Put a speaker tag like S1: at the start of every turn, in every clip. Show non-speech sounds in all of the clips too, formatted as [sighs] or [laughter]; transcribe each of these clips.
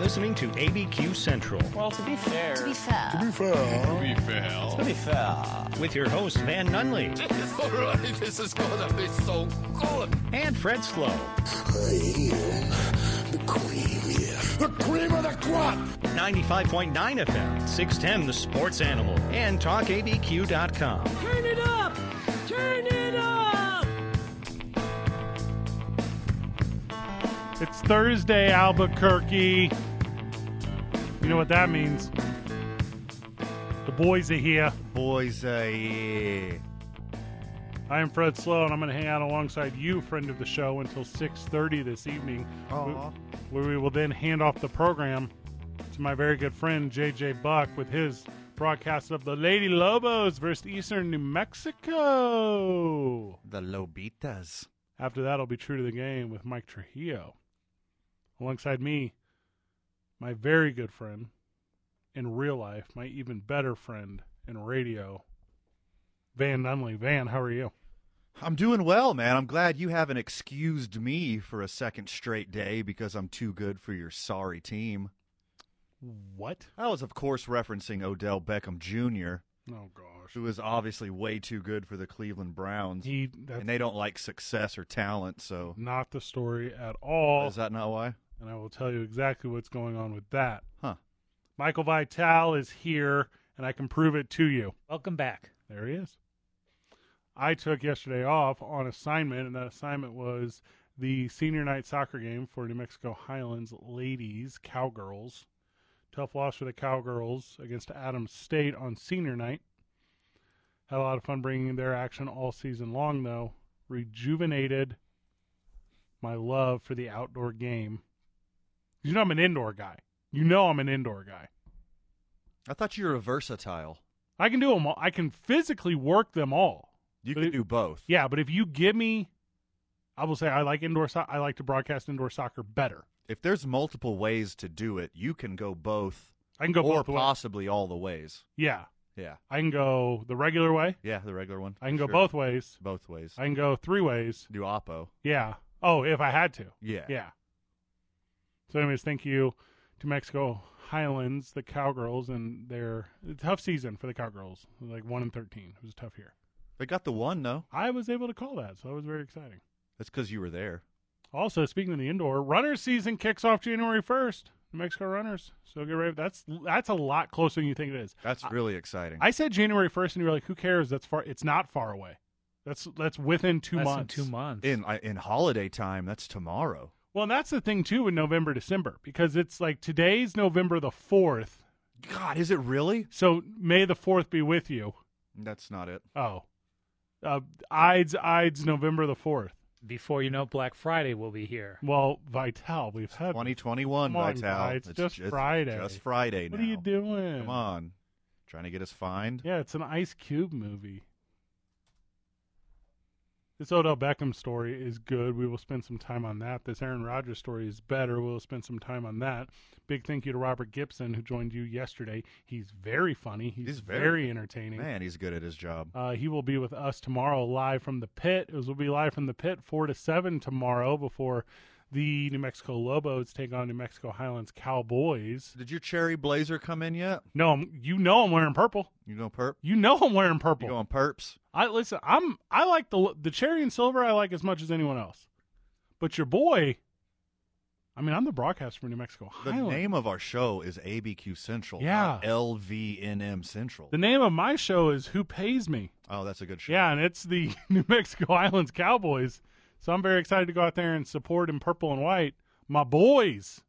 S1: listening to ABQ Central
S2: Well, to be fair,
S3: To be fair.
S2: to be fair,
S1: with your hosts Van Nunley
S4: All right, this is gonna be so good.
S1: and Fred Slow.
S5: I am the cream, yeah. The cream of the crop!
S1: 95.9 FM, 610 The Sports Animal, and TalkABQ.com.
S2: turn it up, turn it up.
S6: It's Thursday, Albuquerque. You know what that means. The boys are here.
S7: Boys, uh, yeah.
S6: I am Fred Slow, and I'm going to hang out alongside you, friend of the show, until 6.30 this evening,
S7: Aw.
S6: wh- where we will then hand off the program to my very good friend, J.J. Buck, with his broadcast of the Lady Lobos versus Eastern New Mexico.
S7: the Lobitas.
S6: After that, I'll be true to the game with Mike Trujillo. Alongside me, my very good friend in real life, my even better friend in radio, Van Nunley. Van, how are you?
S7: I'm doing well, man. I'm glad you haven't excused me for a second straight day because I'm too good for your sorry team.
S6: What?
S7: I was, of course, referencing Odell Beckham Jr.,
S6: Oh gosh.
S7: who is obviously way too good for the Cleveland Browns,
S6: He that's
S7: and they don't like success or talent. So,
S6: not the story at all.
S7: is that not why?
S6: and I will tell you exactly what's going on with that.
S7: Huh?
S6: Michael Vital is here and I can prove it to you.
S2: Welcome back.
S6: There he is. I took yesterday off on assignment, and that assignment was the senior night soccer game for New Mexico Highlands ladies, Cowgirls. Tough loss for the Cowgirls against Adams State on senior night. Had a lot of fun bringing their action all season long, though. Rejuvenated my love for the outdoor game. You know, I'm an indoor guy. You know, I'm an indoor guy.
S7: I thought you were versatile.
S6: I can do them all. I can physically work them all.
S7: You
S6: But
S7: could
S6: it-
S7: do both.
S6: Yeah, but if you give me, I will say I like indoor. So- I like to broadcast indoor soccer better.
S7: If there's multiple ways to do it, you can go both,
S6: I can go
S7: or
S6: both ways.
S7: possibly all the ways.
S6: Yeah,
S7: Yeah.
S6: I can go the regular way.
S7: Yeah, the regular one.
S6: I can go
S7: Sure.
S6: both ways.
S7: Both ways.
S6: I can go three ways.
S7: do Oppo.
S6: Yeah. Oh, if I had to.
S7: Yeah.
S6: Yeah. So, anyways, thank you to Mexico Highlands, the Cowgirls, and their tough season for the Cowgirls. Like one and thirteen. It was a tough year.
S7: They got the one though.
S6: I was able to call that, so that was very exciting.
S7: That's because you were there.
S6: Also, speaking of the indoor, runners season kicks off January first. New Mexico runners, so get ready. That's that's a lot closer than you think it is.
S7: That's really exciting.
S6: I said January first, and you were like, "Who cares? That's far. It's not far away. That's that's within two
S2: Less than
S6: months.
S2: Two months.
S7: in I, in holiday time, that's tomorrow.
S6: Well, and that's the thing too in November, December, because it's like today's November the fourth.
S7: God, is it really?
S6: So May the fourth be with you.
S7: That's not it.
S6: Oh, uh, Ides Ides November the fourth.
S2: Before you know, it, Black Friday will be here.
S6: Well, Vital, we've had.
S7: 2021,
S6: Come on,
S7: Vital.
S6: guy, it's just Friday.
S7: Just Friday
S6: What
S7: now.
S6: are you doing?
S7: Come on. Trying to get us fined?
S6: Yeah, it's an Ice Cube movie. This Odell Beckham story is good. We will spend some time on that. This Aaron Rodgers story is better. We'll spend some time on that. Big thank you to Robert Gibson who joined you yesterday. He's very funny. He's,
S7: He's
S6: very,
S7: very-
S6: entertaining.
S7: Man, he's good at his job.
S6: Uh, he will be with us tomorrow live from the pit. It will be live from the pit 4 to 7 tomorrow before the New Mexico Lobos take on New Mexico Highlands Cowboys.
S7: Did your cherry blazer come in yet?
S6: No, I'm, you know I'm wearing purple.
S7: You going perp?
S6: You know I'm wearing purple.
S7: You going perps?
S6: I listen. I'm I like the the cherry and silver. I like as much as anyone else. But your boy, I mean, I'm the broadcaster for New Mexico
S7: The
S6: Highland.
S7: name of our show is ABQ Central.
S6: Yeah.
S7: not LVNM Central.
S6: the name of my show is Who Pays Me.
S7: oh, that's a good show.
S6: Yeah, and it's the [laughs] New Mexico Islands Cowboys. So I'm very excited to go out there and support in purple and white my boys.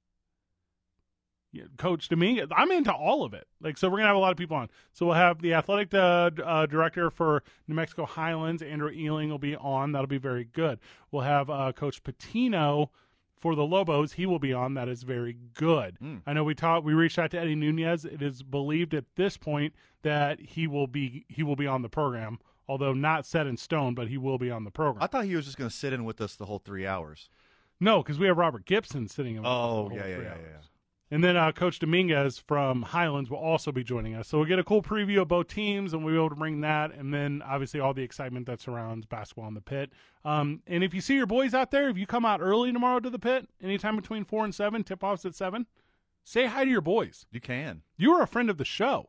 S6: Yeah, Coach Dominguez, I'm into all of it. Like, so we're gonna have a lot of people on. So we'll have the athletic uh, d- uh, director for New Mexico Highlands, Andrew Ealing, will be on. That'll be very good. We'll have uh, Coach Patino for the Lobos. He will be on. That is very good.
S7: Mm.
S6: I know we talked. We reached out to Eddie Nunez. It is believed at this point that he will be he will be on the program, although not set in stone, but he will be on the program.
S7: I thought he was just going to sit in with us the whole three hours.
S6: No, because we have Robert Gibson sitting. in with us
S7: Oh,
S6: for
S7: yeah, yeah,
S6: three
S7: yeah,
S6: hours.
S7: yeah.
S6: And then uh, Coach Dominguez from Highlands will also be joining us. So we'll get a cool preview of both teams, and we'll be able to bring that. And then obviously all the excitement that surrounds basketball in the pit. Um, and if you see your boys out there, if you come out early tomorrow to the pit, anytime between four and seven, tip offs at seven. Say hi to your boys.
S7: You can.
S6: You are a friend of the show.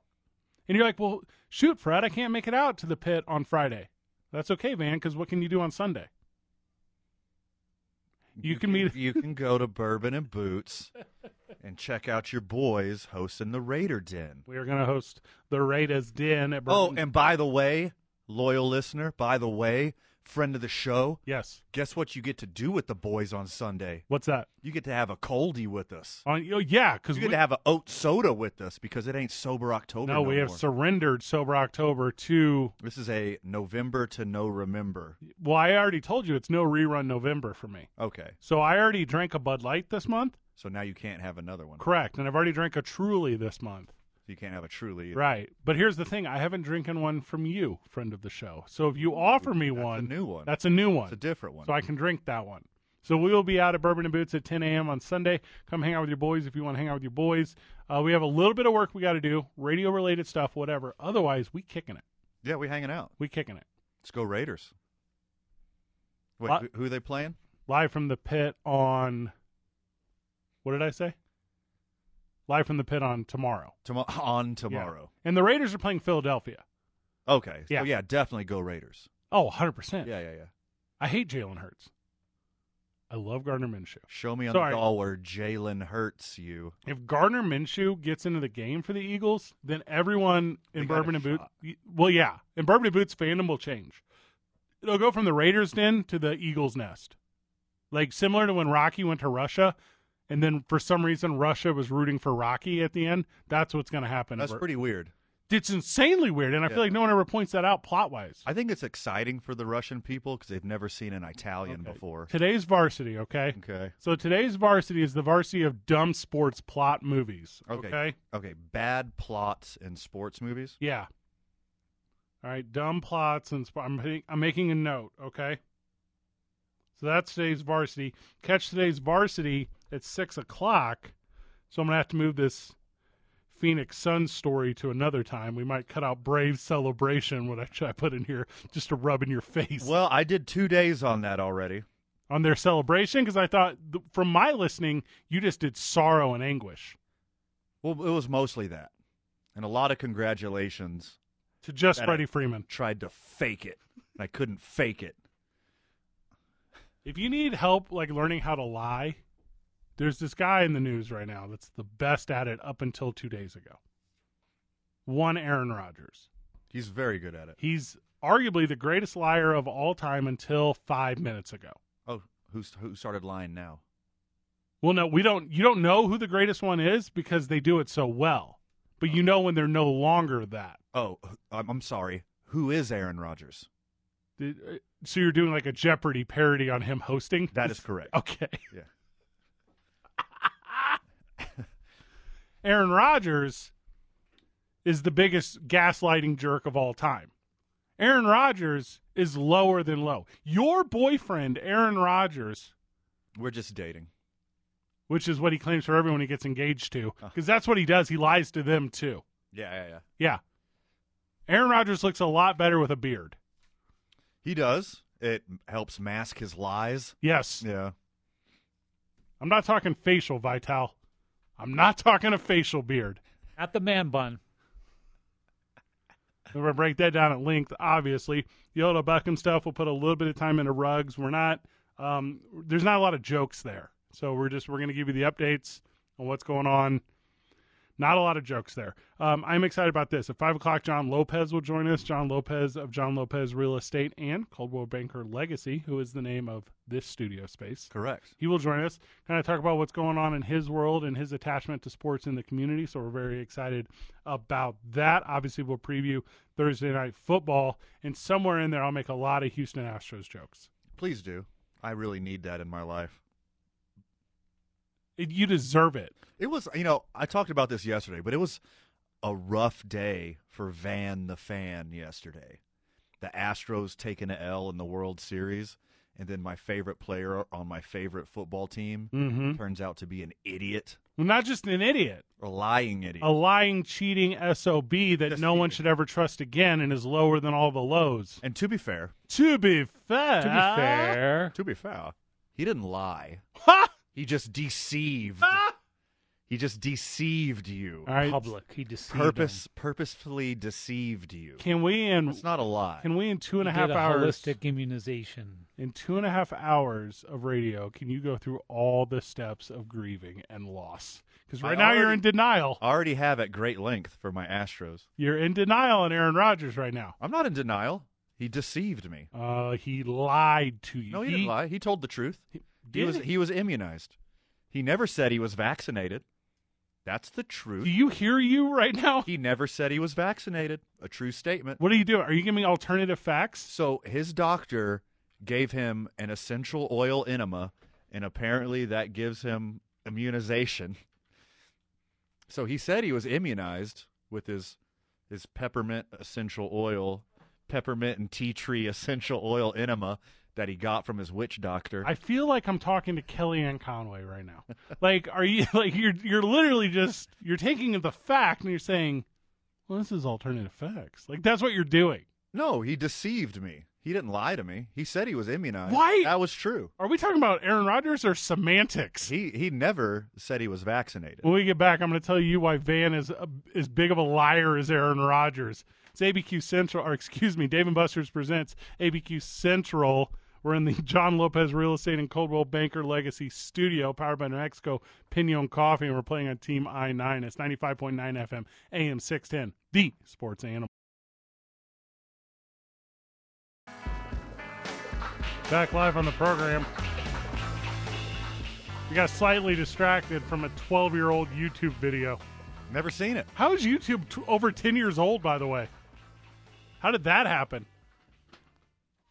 S6: And you're like, well, shoot, Fred, I can't make it out to the pit on Friday. That's okay, man, because what can you do on Sunday? You can meet- [laughs]
S7: You can go to Bourbon and Boots and check out your boys hosting the Raider Den.
S6: We are going to host the Raiders Den at
S7: Oh,
S6: Burton.
S7: and by the way, loyal listener, by the way, friend of the show,
S6: yes.
S7: guess what you get to do with the boys on Sunday?
S6: What's that?
S7: You get to have a coldie with us.
S6: On oh, yeah, because
S7: You
S6: we
S7: get to have a oat soda with us because it ain't sober October.
S6: no, we have
S7: more.
S6: surrendered sober October to.
S7: This is a November to no remember.
S6: Well, I already told you it's no rerun November for me.
S7: Okay,
S6: So I already drank a Bud Light this month,
S7: so now you can't have another one.
S6: correct, and I've already drank a Truly this month,
S7: You can't have a truly.
S6: right? But here's the thing: I haven't drinking one from you, friend of the show. So if you offer me
S7: That's
S6: one,
S7: a new one.
S6: that's a new one.
S7: It's a different one.
S6: so I can drink that one. So we will be out at Bourbon and Boots at 10 a.m. on Sunday. Come hang out with your boys if you want to hang out with your boys. Uh, we have a little bit of work we got to do, radio related stuff, whatever. Otherwise, we kicking it.
S7: yeah, we hanging out.
S6: We kicking it.
S7: Let's go Raiders. Wait,
S6: What?
S7: who, who are they playing?
S6: Live from the pit on. What did I say? Live from the pit on tomorrow.
S7: Tomo- [laughs] on
S6: Yeah.
S7: tomorrow.
S6: And the Raiders are playing Philadelphia.
S7: Okay. So
S6: Yeah.
S7: yeah. definitely go Raiders.
S6: Oh, 100%.
S7: Yeah, yeah, yeah.
S6: I hate Jalen Hurts. I love Gardner Minshew.
S7: Show me on
S6: Sorry.
S7: the doll where Jalen hurts you.
S6: if Gardner Minshew gets into the game for the Eagles, then everyone in
S7: They got
S6: Bourbon
S7: a
S6: and Boot,
S7: shot.
S6: well, yeah, in Bourbon and Boots fandom will change. It'll go from the Raiders' den to the Eagles' nest, like similar to when Rocky went to Russia, and then for some reason Russia was rooting for Rocky at the end. That's what's going to happen.
S7: That's
S6: Bur-
S7: pretty weird.
S6: It's insanely weird, and I
S7: Yeah.
S6: feel like no one ever points that out plot wise.
S7: I think it's exciting for the Russian people because they've never seen an Italian before.
S6: Today's varsity, [laughs] okay.
S7: Okay.
S6: So today's varsity is the varsity of dumb sports plot movies.
S7: Okay.
S6: okay?
S7: Okay. Bad plots in sports movies.
S6: Yeah. All right, dumb plots and sp- I'm hitting- I'm making a note, okay? So that's today's varsity. Catch today's varsity at six o'clock. So I'm gonna have to move this Phoenix Sun story to another time. We might cut out Brave Celebration, what I [laughs] should I put in here just to rub in your face
S7: Well, I did two days on that already.
S6: on their celebration because I thought th- from my listening you just did sorrow and anguish
S7: Well, it was mostly that. And a lot of congratulations.
S6: to just
S7: That I-
S6: Freddie Freeman.
S7: Tried to fake it. And I couldn't fake it.
S6: If you need help like learning how to lie, there's this guy in the news right now that's the best at it up until 2 days ago. One Aaron Rodgers.
S7: He's very good at it.
S6: He's arguably the greatest liar of all time until 5 minutes ago.
S7: Oh, who's who started lying now?
S6: Well, no, we don't you don't know who the greatest one is because they do it so well. But you know when they're no longer that.
S7: Oh, I'm, I'm sorry. Who is Aaron Rodgers?
S6: The- uh, So you're doing like a Jeopardy parody on him hosting?
S7: That is correct.
S6: [laughs] Okay.
S7: Yeah.
S6: Aaron Rodgers is the biggest gaslighting jerk of all time. Aaron Rodgers is lower than low. Your boyfriend, Aaron Rodgers,
S7: We're just dating.
S6: which is what he claims for everyone he gets engaged to,
S7: Uh.
S6: because that's what he does. He lies to them too.
S7: Yeah, yeah, yeah.
S6: Yeah. Aaron Rodgers looks a lot better with a beard.
S7: He does. It helps mask his lies.
S6: Yes.
S7: Yeah.
S6: I'm not talking facial, Vital. I'm not talking a facial beard.
S2: Not the man bun.
S6: We're gonna break that down at length. Obviously, the Yoda Buckham stuff. We'll put a little bit of time into rugs. We're not. Um, there's not a lot of jokes there, so we're just we're gonna give you the updates on what's going on. Not a lot of jokes there. Um, I'm excited about this. At five o'clock, John Lopez will join us. John Lopez of John Lopez Real Estate and Coldwell Banker Legacy, who is the name of this studio space.
S7: Correct.
S6: He will join us, kind of talk about what's going on in his world and his attachment to sports in the community. So we're very excited about that. Obviously, we'll preview Thursday night football, and somewhere in there, I'll make a lot of Houston Astros jokes.
S7: Please do. I really need that in my life.
S6: It, you deserve it.
S7: It was, you know, I talked about this yesterday, but it was a rough day for Van the Fan yesterday. The Astros taking a L in the World Series, and then my favorite player on my favorite football team
S6: Mm-hmm.
S7: turns out to be an idiot,
S6: Well, not just an idiot,
S7: a lying idiot.
S6: a lying, cheating sob that
S7: Just
S6: no one
S7: cheating.
S6: should ever trust again, and is lower than all the lows.
S7: And to be fair,
S6: To be fair,
S2: To be fair,
S7: to be fair, he didn't lie.
S6: Ha!
S7: He just deceived.
S6: Ah!
S7: He just deceived you.
S6: All right.
S2: Public. He Ah, deceived
S7: Purpose purposefully deceived you.
S6: [laughs] Can we in
S7: It's not a lie.
S6: can we in two
S2: Him.
S6: and a
S2: He
S6: half
S2: did a
S6: hours
S2: holistic immunization.
S6: in two and a half hours of radio? Can you go through all the steps of grieving and loss? Because
S7: I
S6: right now you're
S7: already-
S6: in denial.
S7: I already have at great length for my Astros.
S6: You're in denial on Aaron Rodgers right now.
S7: I'm not in denial. He deceived me.
S6: Uh, he lied to you.
S7: No, he, didn't lie. He told the truth. He,
S6: did
S7: was
S6: he?
S7: he was immunized. He never said he was vaccinated. That's the truth.
S6: Do you hear you right now?
S7: He never said he was vaccinated. A true statement.
S6: What are you doing? Are you giving me alternative facts?
S7: So his doctor gave him an essential oil enema, and apparently that gives him immunization. So he said he was immunized with his his peppermint essential oil, peppermint and tea tree [laughs] essential oil enema that he got from his witch doctor.
S6: I feel like I'm talking to Kellyanne Conway right
S7: [laughs]
S6: now. like, are you like you're you're literally just you're taking the fact and you're saying, well, this is alternative facts. Like that's what you're doing.
S7: no, he deceived me. He didn't lie to me. He said he was immunized.
S6: Why-
S7: That was true.
S6: Are we talking about Aaron Rodgers or semantics?
S7: He he never said he was vaccinated.
S6: When we get back, I'm going to tell you why Van is a, as big of a liar as Aaron Rodgers. It's ABQ Central, or excuse me, Dave and Buster's presents ABQ Central. We're in the [laughs] John Lopez Real Estate and Coldwell Banker Legacy Studio, powered by New Mexico Pinon Coffee, and we're playing on Team I nine. It's 95.9 FM, AM six ten, the Sports Animal. Back live on the program. We got slightly distracted from a 12 year old YouTube video.
S7: Never seen it.
S6: How is YouTube t- over 10 years old, by the way? How did that happen?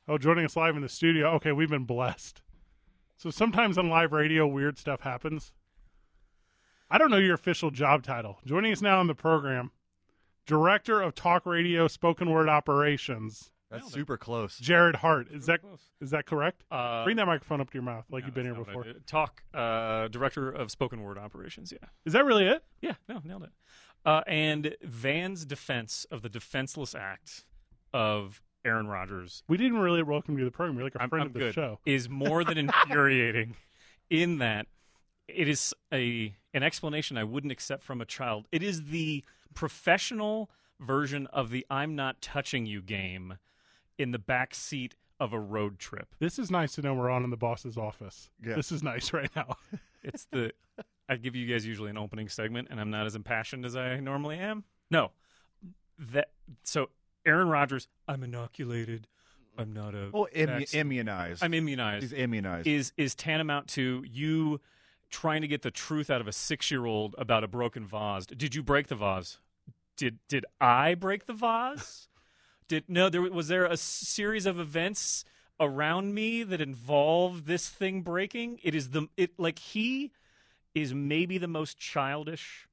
S6: Oh, joining us live in the studio. Okay, we've been blessed. So sometimes on live radio, weird stuff happens. I don't know your official job title. Joining us now on the program, Director of Talk Radio Spoken Word Operations,
S7: That's super close.
S6: Jared Hart. Is that
S3: close.
S6: is that correct?
S3: Uh,
S6: Bring that microphone up to your mouth like you've been
S3: no,
S6: here
S3: that's
S6: before.
S3: not what I did. Talk, uh, director of spoken word operations. Yeah,
S6: Is that really it?
S3: yeah, no, nailed it. Uh, and Van's defense of the defenseless act of Aaron Rodgers.
S6: We didn't really welcome you to the program. You're like a
S3: I'm,
S6: friend
S3: I'm
S6: of the
S3: good.
S6: show.
S3: Is
S6: [laughs]
S3: more than infuriating, in that it is a an explanation I wouldn't accept from a child. It is the professional version of the "I'm not touching you" game in the back seat of a road trip.
S6: This is nice to know we're on in the boss's office.
S7: Yeah.
S6: This is nice right now.
S7: [laughs]
S3: It's the I give you guys usually an opening segment, and I'm not as impassioned as I normally am. No, that so Aaron Rodgers. I'm inoculated. I'm not a.
S7: Oh, immu-
S3: vaccine-
S7: immunized.
S3: I'm immunized.
S7: he's immunized.
S3: Is is tantamount to you trying to get the truth out of a six year old about a broken vase? Did you break the vase? Did did I break the vase? [laughs] did no? There was there a series of events around me that involved this thing breaking. It is the it like he is maybe the most childish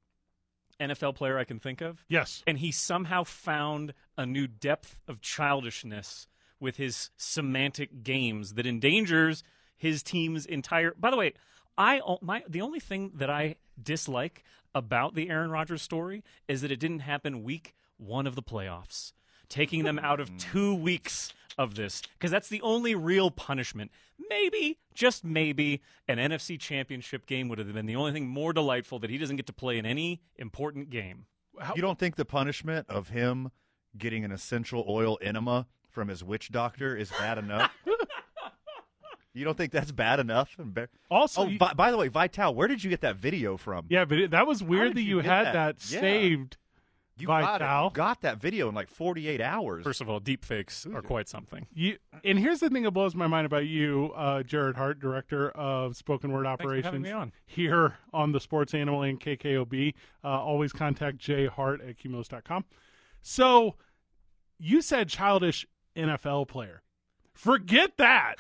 S3: NFL player I can think of.
S6: Yes.
S3: And he somehow found a new depth of childishness with his semantic games that endangers his team's entire. By the way, I o- my the only thing that I dislike about the Aaron Rodgers story is that it didn't happen week one of the playoffs, taking them out of two weeks of this because that's the only real punishment. Maybe, just maybe, an NFC Championship game would have been the only thing more delightful that he doesn't get to play in any important game.
S7: you don't think the punishment of him getting an essential oil enema from his witch doctor is bad enough?
S6: [laughs]
S7: you don't think that's bad enough? And ba-
S6: Also,
S7: oh,
S6: you-
S7: by, by the way, Vital, where did you get that video from?
S6: yeah, but it, that was weird
S7: did
S6: that
S7: you
S6: you
S7: get
S6: had
S7: that?
S6: that,
S7: Yeah.
S6: saved.
S7: you got, it.
S6: Vital.
S7: You got that video in like 48 hours.
S3: First of all, deep fakes are quite something.
S6: You, and here's the thing that blows my mind about you, uh, Jared Hart, director of spoken word
S3: for having
S6: operations
S3: me on.
S6: here on the Sports Animal and KKOB. Uh, always contact Jay Hart at cumulus.com. So you said childish NFL player. Forget
S3: [laughs]
S6: that.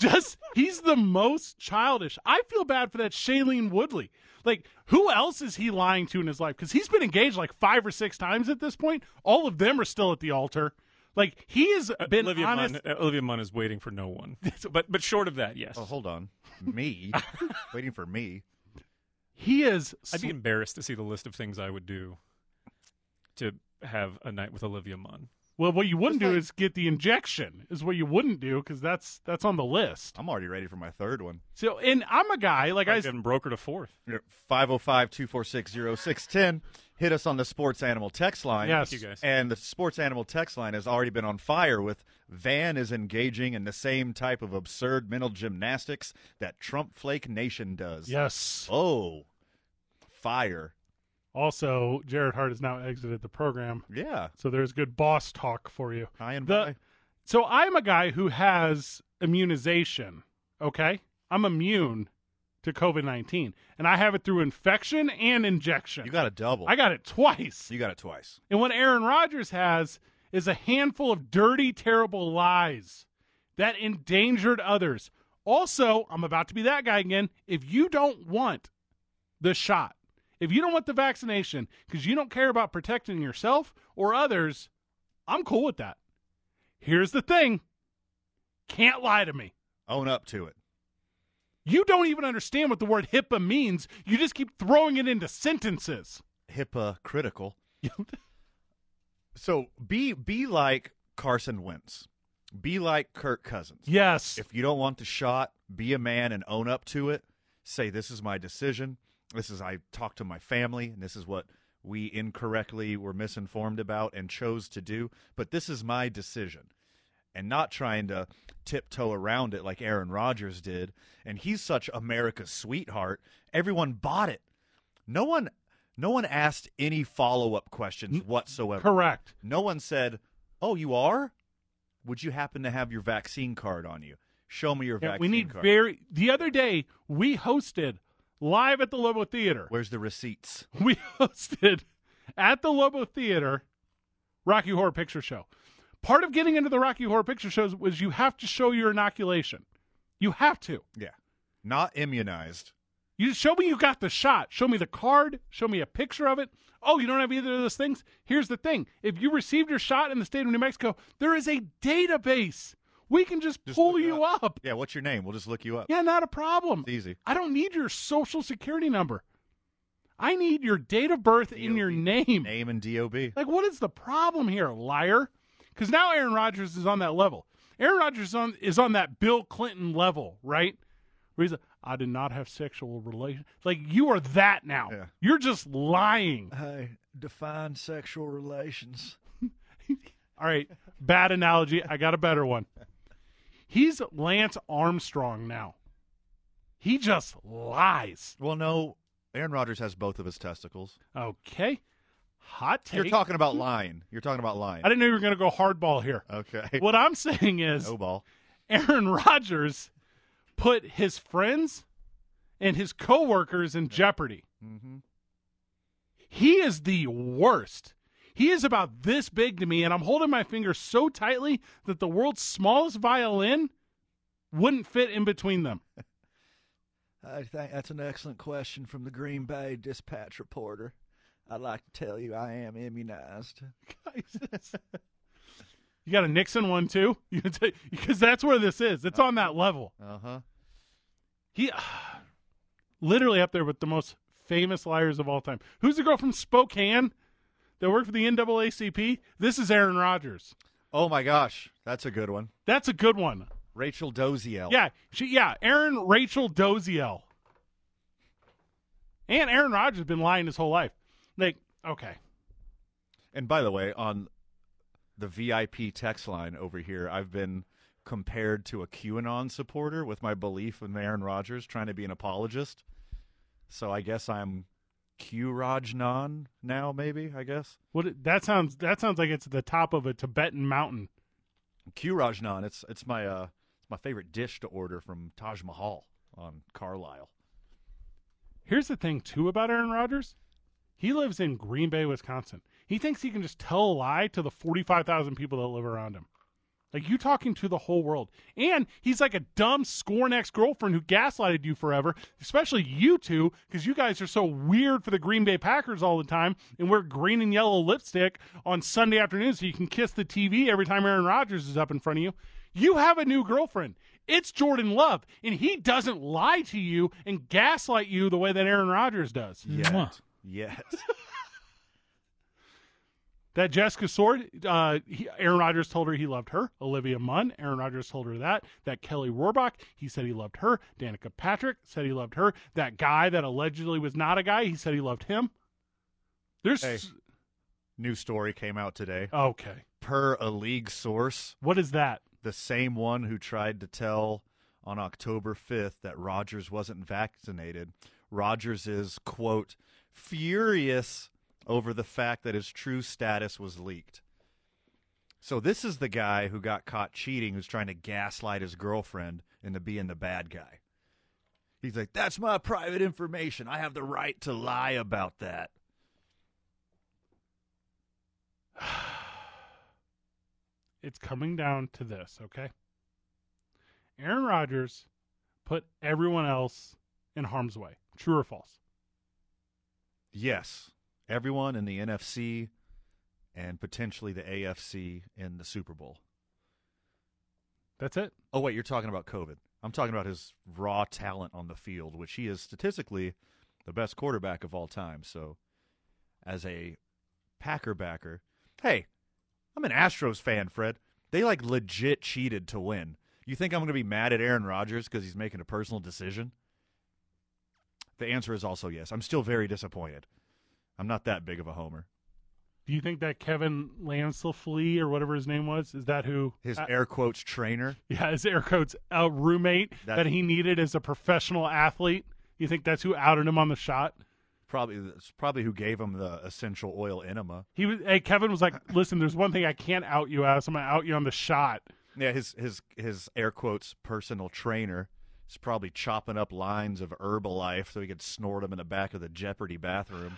S6: Just he's the most childish. I feel bad for that Shailene Woodley. Like, who else is he lying to in his life? Because he's been engaged like five or six times at this point. All of them are still at the altar. Like he has been
S3: Olivia
S6: honest.
S3: Munn, uh, Olivia Munn is waiting for no one. but but short of that, yes.
S7: oh, hold on.
S6: [laughs]
S7: Me? Waiting for me?
S6: He is.
S3: I'd be embarrassed to see the list of things I would do to have a night with Olivia Munn.
S6: Well, what you wouldn't
S7: It's
S6: do
S7: like-
S6: is get the injection. Is what you wouldn't do because that's that's on the list.
S7: I'm already ready for my third one.
S6: So, and I'm a guy like I.
S3: I haven't brokered a fourth.
S7: 505 246 0610. Hit us on the Sports Animal text line.
S6: Yes.
S3: Thank you, guys.
S7: And the Sports Animal text line has already been on fire with Van is engaging in the same type of absurd mental gymnastics that Trump Flake Nation does.
S6: Yes.
S7: Oh, fire.
S6: Also, Jared Hart has now exited the program,
S7: Yeah.
S6: so there's good boss talk for you.
S7: High and
S6: The-
S7: by.
S6: So I'm a guy who has immunization. Okay, I'm immune to COVID nineteen, and I have it through infection and injection.
S7: You got a double.
S6: I got it twice.
S7: you got it twice.
S6: And what Aaron Rodgers has is a handful of dirty, terrible lies that endangered others. Also, I'm about to be that guy again. If you don't want the shot, if you don't want the vaccination because you don't care about protecting yourself or others, I'm cool with that. Here's the thing can't lie to me.
S7: Own up to it.
S6: You don't even understand what the word HIPAA means. You just keep throwing it into sentences. [laughs]
S7: Hypocritical. So be be like Carson Wentz. Be like Kirk Cousins.
S6: yes.
S7: If you don't want the shot, be a man and own up to it. Say this is my decision. This is I talked to my family and this is what we incorrectly were misinformed about and chose to do, but this is my decision. And not trying to tiptoe around it like Aaron Rodgers did. And he's such America's sweetheart. Everyone bought it. No one no one asked any follow-up questions whatsoever.
S6: Correct.
S7: No one said, "Oh, you are? Would you happen to have your vaccine card on you? Show me your
S6: Yeah,
S7: vaccine
S6: we need
S7: card.
S6: very. The other day, we hosted live at the Lobo Theater. [laughs]
S7: Where's the receipts?"
S6: We hosted at the Lobo Theater Rocky Horror Picture Show. Part of getting into the Rocky Horror Picture Shows was you have to show your inoculation. You have to.
S7: Yeah. Not immunized.
S6: You just show me you got the shot. Show me the card. Show me a picture of it. Oh, you don't have either of those things? Here's the thing if you received your shot in the state of New Mexico, there is a database. We can just,
S7: Just
S6: pull
S7: look it
S6: you up.
S7: Yeah, what's your name? We'll just look you up.
S6: Yeah, not a problem.
S7: It's easy.
S6: I don't need your social security number. I need your date of birth and your name.
S7: Name and DOB.
S6: Like, what is the problem here, liar? Because now Aaron Rodgers is on that level. Aaron Rodgers is on, is on that Bill Clinton level, right? Where he's like, I did not have sexual relation. Like, you are that now.
S7: Yeah.
S6: You're just lying.
S7: Hey, define sexual relations.
S6: All right, bad analogy. I got a better one. He's Lance Armstrong now. He just lies.
S7: Well, no. Aaron Rodgers has both of his testicles.
S6: Okay. Hot take.
S7: You're talking about lying. You're talking about lying.
S6: I didn't know you were going to go hardball here.
S7: Okay.
S6: What I'm saying is
S7: No ball.
S6: Aaron Rodgers put his friends and his coworkers in jeopardy.
S7: Mhm.
S6: He is the worst. He is about this big to me, and I'm holding my finger so tightly that the world's smallest violin wouldn't fit in between them.
S8: I think that's an excellent question from the Green Bay Dispatch reporter. I'd like to tell you I am immunized.
S6: You got a Nixon one too, [laughs] because that's where this is. It's on that level.
S7: Uh huh.
S6: He [sighs] literally up there with the most famous liars of all time. Who's the girl from Spokane that worked for the NAACP? This is Aaron Rodgers.
S7: Oh my gosh, that's a good one.
S6: That's a good one.
S7: Rachel Doziel.
S6: Yeah, she yeah, Aaron Rachel Doziel. And Aaron Rodgers has been lying his whole life. Like, okay.
S7: And by the way, on the VIP text line over here, I've been compared to a QAnon supporter with my belief in Aaron Rodgers trying to be an apologist. So I guess I'm Q Rajnan now, maybe, I guess.
S6: What that sounds that sounds like it's at the top of a Tibetan mountain.
S7: Q Rajnan, it's it's my uh it's my favorite dish to order from Taj Mahal on Carlisle.
S6: Here's the thing too about Aaron Rodgers. He lives in Green Bay, Wisconsin. He thinks he can just tell a lie to the 45,000 people that live around him. Like you talking to the whole world. And he's like a dumb scorn ex-girlfriend who gaslighted you forever, especially you two cuz you guys are so weird for the Green Bay Packers all the time and wear green and yellow lipstick on Sunday afternoons so you can kiss the TV every time Aaron Rodgers is up in front of you. You have a new girlfriend. It's Jordan Love, and he doesn't lie to you and gaslight you the way that Aaron Rodgers does.
S7: Yet.
S2: Mwah.
S7: Yet.
S6: That Jessica Sword, uh, he, Aaron Rodgers told her he loved her. Olivia Munn, Aaron Rodgers told her that. That Kelly Rohrbach, he said he loved her. Danica Patrick said he loved her. That guy that allegedly was not a guy, he said he loved him. There's
S7: Hey. New story came out today.
S6: okay.
S7: Per a league source,
S6: What is that?
S7: the same one who tried to tell on October 5th that Rogers wasn't vaccinated. Rogers is, quote, furious over the fact that his true status was leaked. So this is the guy who got caught cheating who's trying to gaslight his girlfriend into being the bad guy. He's like, that's my private information. I have the right to lie about that.
S6: it's coming down to this, okay? Aaron Rodgers put everyone else in harm's way. True or false?
S7: Yes, everyone in the NFC and potentially the AFC in the Super Bowl.
S6: That's it.
S7: Oh wait, you're talking about COVID. I'm talking about his raw talent on the field, which he is statistically the best quarterback of all time. So, as a Packer backer, hey, I'm an Astros fan, Fred. They like legit cheated to win. You think I'm going to be mad at Aaron Rodgers because he's making a personal decision? The answer is also yes. I'm still very disappointed. I'm not that big of a homer.
S6: Do you think that Kevin Lansley or whatever his name was, is that who
S7: His
S6: uh,
S7: air quotes trainer,
S6: yeah, his air quotes uh, roommate
S7: That-
S6: that he needed as a professional athlete? You think that's who outed him on the shot?
S7: probably it's probably who gave him the essential oil enema.
S6: He was hey, Kevin was like, "Listen, there's one thing I can't out you as. I'm gonna out you on the shot."
S7: Yeah, his his his air quotes personal trainer is probably chopping up lines of Herbalife so he could snort them in the back of the Jeopardy bathroom.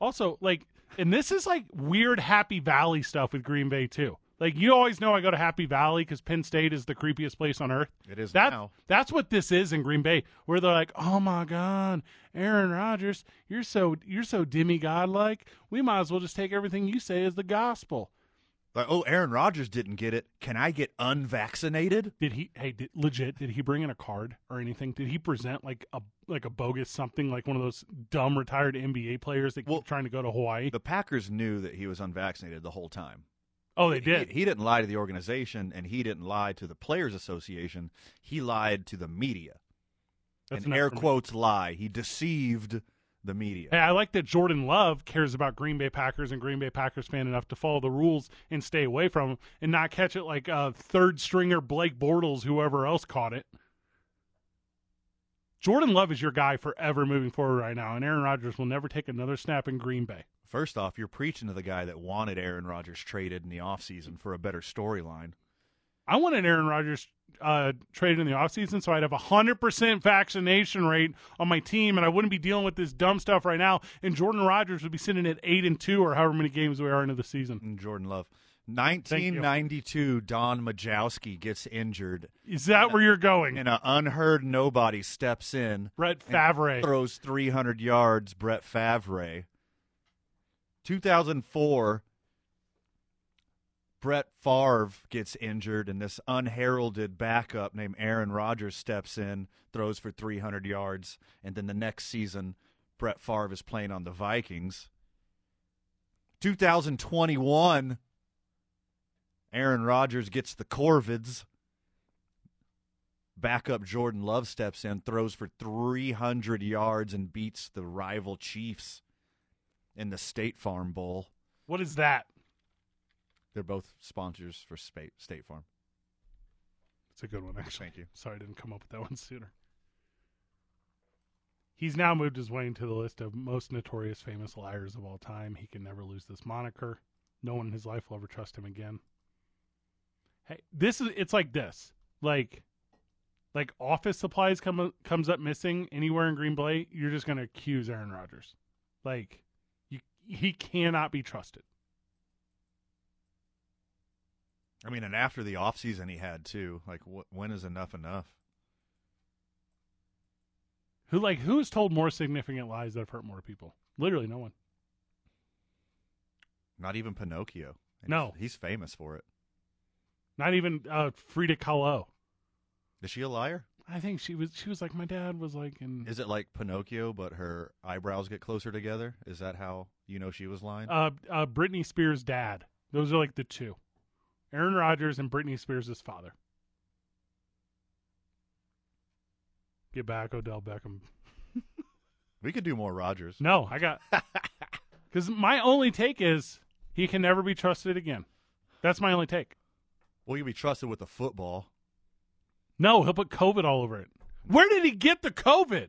S6: Also, like, and this is like weird Happy Valley stuff with Green Bay too. Like, you always know I go to Happy Valley because Penn State is the creepiest place on earth.
S7: It is
S6: That,
S7: now.
S6: That's what this is in Green Bay, where they're like, "Oh my God, Aaron Rodgers, you're so you're so demigod like. We might as well just take everything you say as the gospel."
S7: Like, oh, Aaron Rodgers didn't get it. Can I get unvaccinated?
S6: Did he? Hey, did, legit? Did he bring in a card or anything? Did he present like a like a bogus something like one of those dumb retired NBA players that
S7: Well,
S6: keep trying to go to Hawaii?
S7: The Packers knew that he was unvaccinated the whole time.
S6: oh, they did.
S7: He, he didn't lie to the organization, and he didn't lie to the Players Association. He lied to the media.
S6: That's
S7: An
S6: enough
S7: air
S6: for me.
S7: quotes lie. He deceived the media.
S6: Hey, I like that Jordan Love cares about Green Bay Packers and Green Bay Packers fan enough to follow the rules and stay away from them and not catch it like uh, third stringer Blake Bortles, whoever else caught it. Jordan Love is your guy forever moving forward right now, and Aaron Rodgers will never take another snap in Green Bay.
S7: First off, you're preaching to the guy that wanted Aaron Rodgers traded in the offseason for a better storyline.
S6: I wanted Aaron Rodgers uh, traded in the offseason so I'd have a 100% vaccination rate on my team and I wouldn't be dealing with this dumb stuff right now, and Jordan Rodgers would be sitting at 8 and 2 or however many games we are into the season.
S7: and Jordan Love.
S6: you.
S7: 1992, Don Majowski gets injured,
S6: Is that where you're going?
S7: and an unheard nobody steps in,
S6: Brett Favre.
S7: throws 300 yards, Brett Favre. 2004, Brett Favre gets injured, and this unheralded backup named Aaron Rodgers steps in, throws for 300 yards, and then the next season, Brett Favre is playing on the Vikings. 2021, Aaron Rodgers gets the Corvids. Backup Jordan Love steps in, throws for 300 yards, and beats the rival Chiefs in the State Farm Bowl.
S6: What is that?
S7: They're both sponsors for Spa- State Farm.
S6: It's a good one, actually.
S7: Thank you.
S6: Sorry I didn't come up with that [laughs] one sooner. He's now moved his way into the list of most notorious famous liars of all time. He can never lose this moniker. No one in his life will ever trust him again. Hey, this is it's like this. Like like office supplies come comes up missing anywhere in Green Bay, you're just going to accuse Aaron Rodgers. Like you he cannot be trusted.
S7: I mean, and after the offseason he had, too. Like, wh- when is enough enough?
S6: Who like who's told more significant lies that have hurt more people? Literally no one.
S7: Not even Pinocchio. And
S6: No.
S7: He's, he's famous for it.
S6: Not even uh, Frida Kahlo.
S7: Is she a liar?
S6: I think she was. She was like my dad was like, and
S7: Is it like Pinocchio, but her eyebrows get closer together? Is that how You know she was lying.
S6: Uh, uh, Britney Spears' dad. Those are like the two. Aaron Rodgers and Britney Spears' father. Get back, Odell Beckham.
S7: we could do more Rogers.
S6: No, I got. Because my only take is he can never be trusted again. That's my only take.
S7: Well, you be trusted with the football.
S6: No, he'll put COVID all over it. Where did he get the COVID?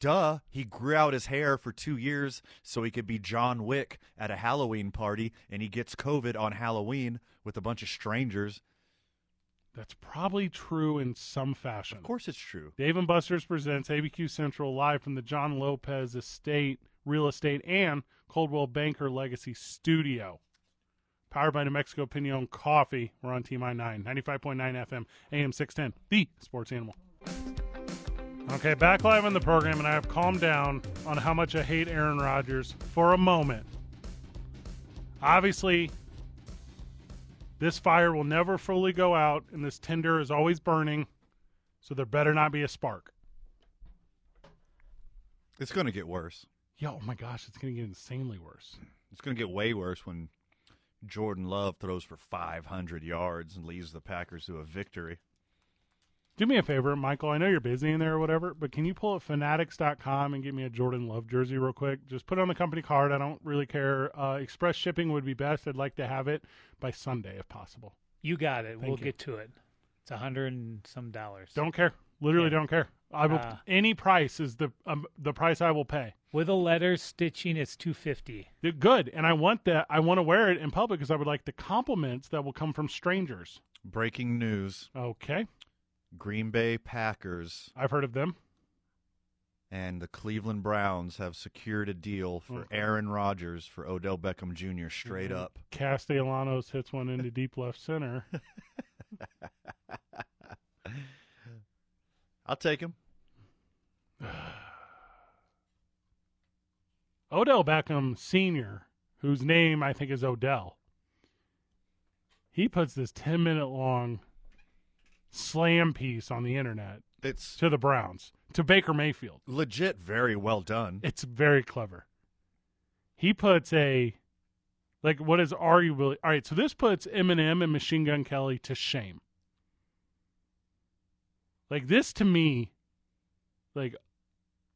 S7: Duh, he grew out his hair for two years so he could be John Wick at a Halloween party, and he gets COVID on Halloween with a bunch of strangers.
S6: That's probably true in some fashion.
S7: Of course, it's true.
S6: Dave and Buster's presents ABQ Central live from the John Lopez Estate, Real Estate, and Coldwell Banker Legacy Studio. Powered by New Mexico Pinon Coffee. We're on TMI 9, 95.9 FM, AM 610, the sports animal. Okay, back live on the program, and I have calmed down on how much I hate Aaron Rodgers for a moment. Obviously, this fire will never fully go out, and this tinder is always burning, so there better not be a spark.
S7: It's going to get worse.
S6: Yo, oh my gosh, it's going to get insanely worse.
S7: It's going to get way worse when Jordan Love throws for 500 yards and leads the Packers to a victory.
S6: Do me a favor, Michael. I know you're busy in there or whatever, but can you pull up fanatics.com and get me a Jordan Love jersey real quick? Just put it on the company card. I don't really care. Uh, express shipping would be best. I'd like to have it by Sunday if possible.
S2: You got it.
S6: Thank
S2: we'll
S6: you.
S2: get to it. It's a hundred and some dollars.
S6: Don't care. Literally don't care. I will.
S2: Ah.
S6: any price is the um, the price I will pay.
S2: With a letter stitching, it's two fifty.
S6: They're good, and I want that. I want to wear it in public because I would like the compliments that will come from strangers.
S7: Breaking news
S6: Okay,
S7: Green Bay Packers
S6: I've heard of them.
S7: and the Cleveland Browns have secured a deal for
S6: Okay.
S7: Aaron Rodgers for Odell Beckham Jr. straight up.
S6: Castellanos hits one into deep left center.
S7: I'll take him.
S6: Odell Beckham Sr., whose name I think is Odell, he puts this 10 minute long slam piece on the internet
S7: It's
S6: to the Browns, to Baker Mayfield.
S7: legit very well done.
S6: It's very clever. He puts a, like, what is arguably, all right, so this puts Eminem and Machine Gun Kelly to shame. Like, this to me, like,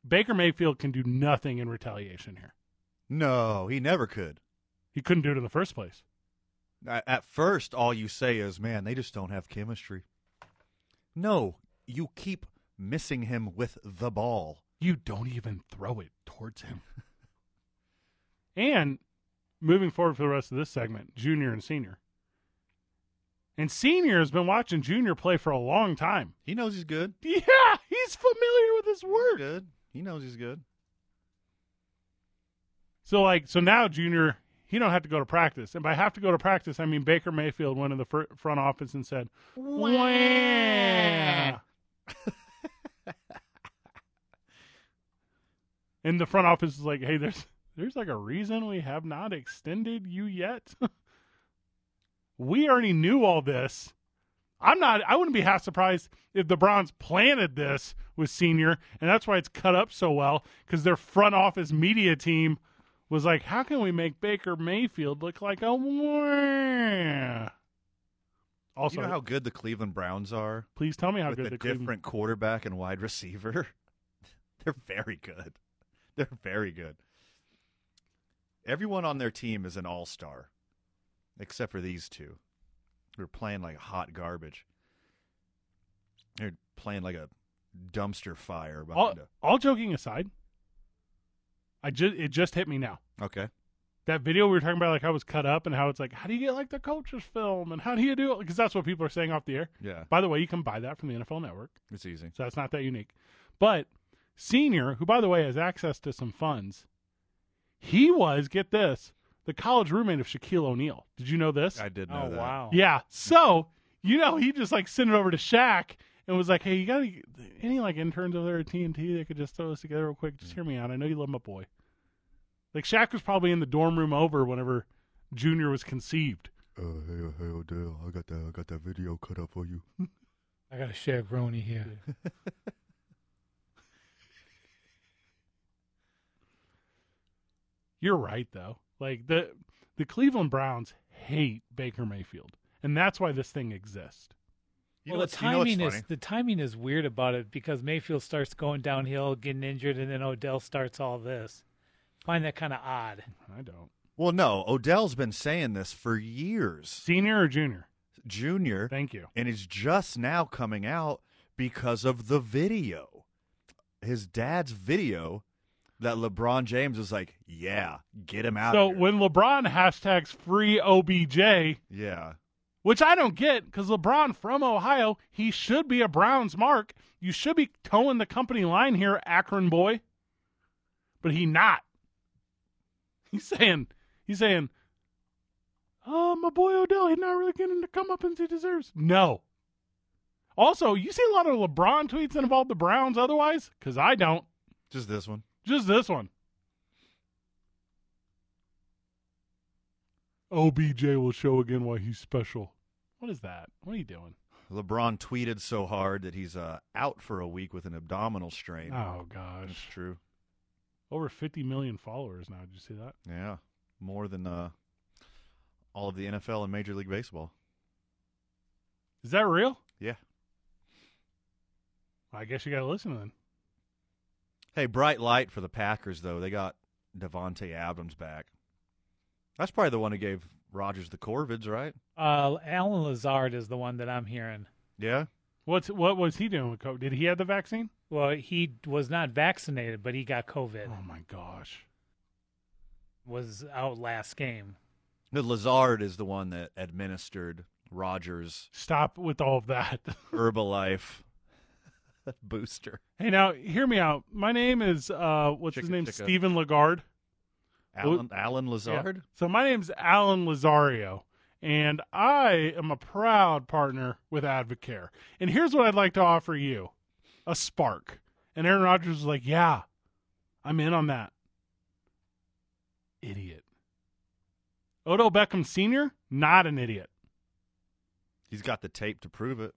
S6: Baker Mayfield can do nothing in retaliation here.
S7: No, he never could.
S6: He couldn't do it in the first place.
S7: A- At first, all you say is, man, they just don't have chemistry. No, you keep missing him with the ball.
S6: You don't even throw it towards him. [laughs] and moving forward for the rest of this segment, junior and senior. And senior has been watching junior play for a long time.
S7: He knows he's good.
S6: Yeah, he's familiar with his work.
S7: Good. He knows he's good.
S6: So like, so now junior, he don't have to go to practice. And by have to go to practice, I mean Baker Mayfield went in the fr- front office and said, "Wah." and the front office is like, "Hey, there's [laughs] there's like a reason we have not extended you yet. [laughs] we already knew all this." I'm not. I wouldn't be half surprised if the Browns planted this with Senior, and that's why it's cut up so well because their front office media team was like, "How can we make Baker Mayfield look like a?" wah?" Also,
S7: you know how good the Cleveland Browns are
S6: please tell me how
S7: with
S6: good
S7: the,
S6: the Cleveland-
S7: different quarterback and wide receiver. [laughs] They're very good. [laughs] They're very good. Everyone on their team is an all-star, except for these two. They're playing like hot garbage. They're playing like a dumpster fire
S6: all,
S7: behind
S6: all joking aside, I just it just hit me now.
S7: a. Okay.
S6: That video we were talking about, like how it was cut up and how it's like, how do you get like the coach's film and how do you do it? Because that's what people are saying off the air.
S7: Yeah,
S6: By the way, you can buy that from the NFL Network.
S7: it's easy.
S6: So that's not that unique. But Senior, who by the way has access to some funds, he was, get this, the college roommate of Shaquille O'Neal. Did you know this?
S7: I did know
S2: Oh
S7: that.
S2: wow.
S6: Yeah. So, you know, he just like sent it over to Shaq and was like, hey, you got to any like interns over there at TNT that could just throw us together real quick? Just hear me out. I know you love my boy. Like, Shaq was probably in the dorm room over whenever Junior was conceived.
S5: Uh, hey, hey, Odell, I got that, I got that video cut up for you.
S2: I got a chaperone here.
S6: You You're right though. Like the the Cleveland Browns hate Baker Mayfield, and that's why this thing exists.
S7: You
S2: well,
S7: know
S2: the
S7: what's- you know what's
S2: timing is
S7: funny?
S2: the timing is weird about it because Mayfield starts going downhill, getting injured, and then Odell starts all this. Find that kind of odd.
S6: I don't.
S7: Well, no, Odell's been saying this for years.
S6: Senior or junior?
S7: Junior,
S6: Thank you.
S7: and it's just now coming out because of the video. His dad's video that LeBron James was like, "Yeah, get him out."
S6: So
S7: of here.
S6: when LeBron hashtags free OBJ,
S7: yeah,
S6: which I don't get because LeBron from Ohio, he should be a Browns mark. You should be towing the company line here, Akron boy. But he not. [laughs] He's saying, he's saying, oh, my boy Odell, he's not really getting the comeuppance he deserves. No. Also, you see a lot of LeBron tweets that involve the Browns otherwise? Because I don't.
S7: just this one.
S6: Just this one. OBJ will show again why he's special. What is that? What are you doing?
S7: LeBron tweeted so hard that he's uh, out for a week with an abdominal strain.
S6: Oh
S7: That's
S6: gosh.
S7: true.
S6: Over 50 million followers now. Did you see that?
S7: Yeah, more than uh, all of the NFL and Major League Baseball.
S6: Is that real?
S7: Yeah.
S6: I guess you got to listen then.
S7: Hey, bright light for the Packers though. They got Devonte Adams back. That's probably the one who gave Rogers the Corvids, right?
S2: Uh, Alan Lazard is the one that I'm hearing.
S7: Yeah.
S6: What's what was he doing with COVID? Did he have the vaccine?
S2: Well, he was not vaccinated, but he got COVID.
S6: Oh my gosh.
S2: Was out last game.
S7: No, Lazard is the one that administered Rogers
S6: Stop with all of that. [laughs]
S7: Herbalife [laughs] booster.
S6: hey, now hear me out. My name is uh what's his
S7: Chicka
S6: name?
S7: chicka.
S6: Stephen Lagarde.
S7: Alan, Alan Lazard.
S6: Yeah. So my name's Alan Lazario, and I am a proud partner with Advocare. And here's what I'd like to offer you: a spark. And Aaron Rodgers was like, "Yeah, I'm in on that." Idiot. Odo Beckham Sr. not an idiot.
S7: He's got the tape to prove it.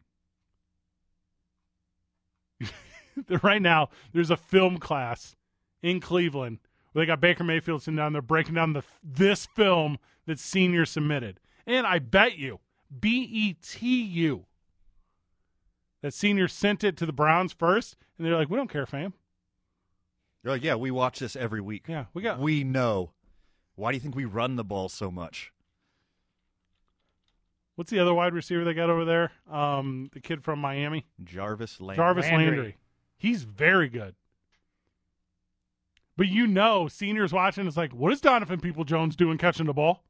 S6: [laughs] right now, there's a film class in Cleveland where they got Baker Mayfield sitting down there breaking down the this film that senior submitted. And I bet you, B E T U, that senior sent it to the Browns first, and they're like, "We don't care, fam.
S7: You're like, yeah, we watch this every week.
S6: Yeah, we got
S7: We know. Why do you think we run the ball so much?
S6: what's the other wide receiver they got over there? Um, the kid from Miami,
S7: Jarvis Landry.
S6: Jarvis Landry.
S2: Landry.
S6: He's very good." But you know, seniors watching is like, what is Donovan People Jones doing catching the ball?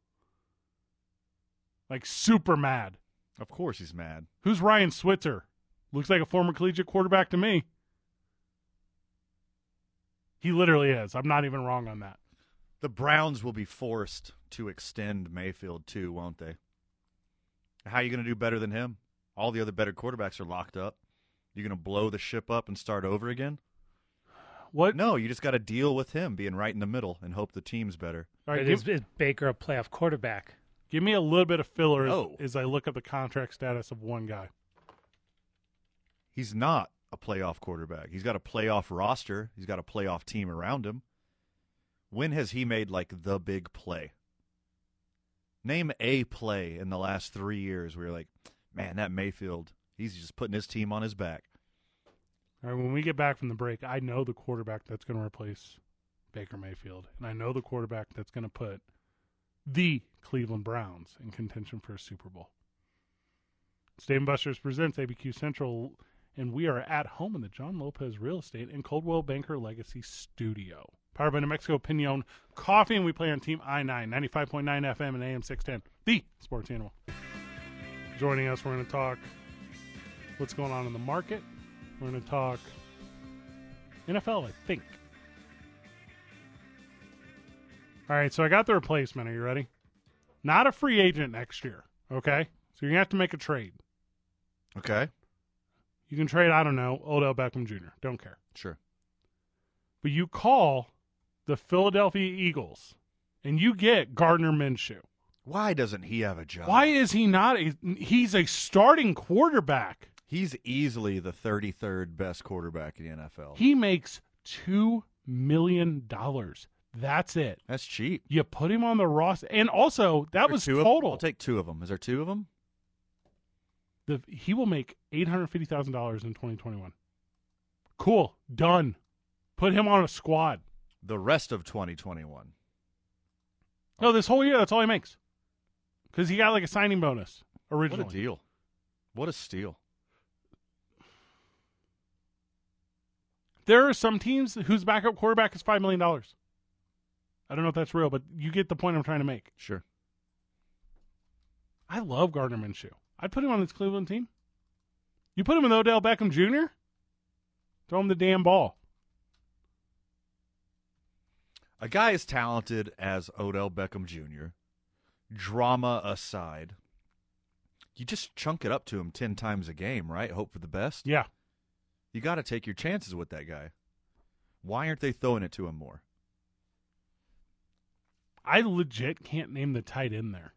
S6: Like, super mad.
S7: Of course he's mad.
S6: Who's Ryan Switzer? Looks like a former collegiate quarterback to me. He literally is. I'm not even wrong on that.
S7: The Browns will be forced to extend Mayfield too, won't they? How are you going to do better than him? All the other better quarterbacks are locked up. You're going to blow the ship up and start over again?
S6: What?
S7: No, you just got to deal with him being right in the middle and hope the team's better.
S6: All right,
S2: But
S6: give,
S2: is, is Baker a playoff quarterback?
S6: give me a little bit of filler as,
S7: No.
S6: as I look up the contract status of one guy.
S7: He's not a playoff quarterback. He's got a playoff roster. He's got a playoff team around him. When has he made like the big play? Name a play in the last three years where you're like, man, that Mayfield, he's just putting his team on his back.
S6: All right, when we get back from the break, I know the quarterback that's going to replace Baker Mayfield, and I know the quarterback that's going to put the Cleveland Browns in contention for a Super Bowl. Stay and Buster's presents ABQ Central, and we are at home in the John Lopez Real Estate and Coldwell Banker Legacy Studio. Powered by New Mexico Pinon Coffee, and we play on Team I 9, 95.9 FM and AM 610, the sports animal. Joining us, we're going to talk what's going on in the market. We're going to talk NFL, I think. All right, so I got the replacement. Are you ready? Not a free agent next year, okay? So you're going to have to make a trade.
S7: Okay.
S6: You can trade, I don't know, Odell Beckham Jr. Don't care.
S7: Sure.
S6: But you call the Philadelphia Eagles and you get Gardner Minshew.
S7: Why doesn't he have a job?
S6: Why is he not a he's a starting quarterback.
S7: He's easily the Oh. 33rd best quarterback in the NFL.
S6: He makes two million dollars. That's it.
S7: That's cheap.
S6: You put him on the roster, and also that
S7: There
S6: was
S7: two of-
S6: total.
S7: I'll take two of them. Is there two of them?
S6: the, he will make eight hundred fifty thousand dollars in twenty twenty one. Cool, done. Put him on a squad.
S7: The rest of 2021.
S6: No, this whole year that's all he makes, because he got like a signing bonus originally.
S7: What a deal. What a steal.
S6: There are some teams whose backup quarterback is five million dollars. I don't know if that's real, but you get the point I'm trying to make.
S7: Sure.
S6: I love Gardner Minshew. I'd put him on this Cleveland team. You put him with Odell Beckham Jr. Throw him the damn ball.
S7: A guy as talented as Odell Beckham Jr., drama aside, you just chunk it up to him 10 times a game, right? Hope for the best.
S6: Yeah,
S7: You got to take your chances with that guy. Why aren't they throwing it to him more?
S6: I legit can't name the tight end there.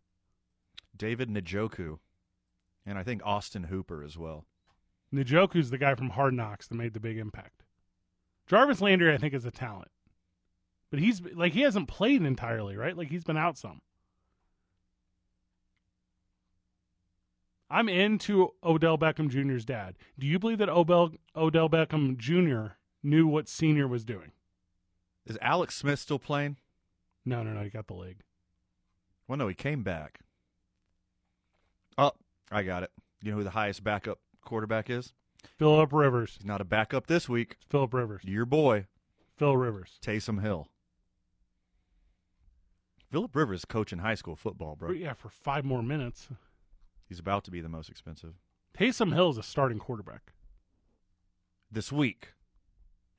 S7: David Njoku, and I think Austin Hooper as well.
S6: Njoku's the guy from Hard Knocks that made the big impact. Jarvis Landry, I think, is a talent, but he's like he hasn't played entirely, right? Like he's been out some. I'm into Odell Beckham Jr.'s dad. Do you believe that Obel, Odell Beckham Jr. knew what Senior was doing?
S7: Is Alex Smith still playing?
S6: No, no, no. He got the leg.
S7: Well, no, he came back. Oh, I got it. You know who the highest backup quarterback is?
S6: Philip Rivers.
S7: He's not a backup this week.
S6: Philip Rivers.
S7: Your boy,
S6: Phil Rivers.
S7: Taysom Hill. Philip Rivers coaching high school football, bro.
S6: Yeah, for five more minutes.
S7: He's about to be the most expensive
S6: Taysom Hill is a starting quarterback.
S7: this week.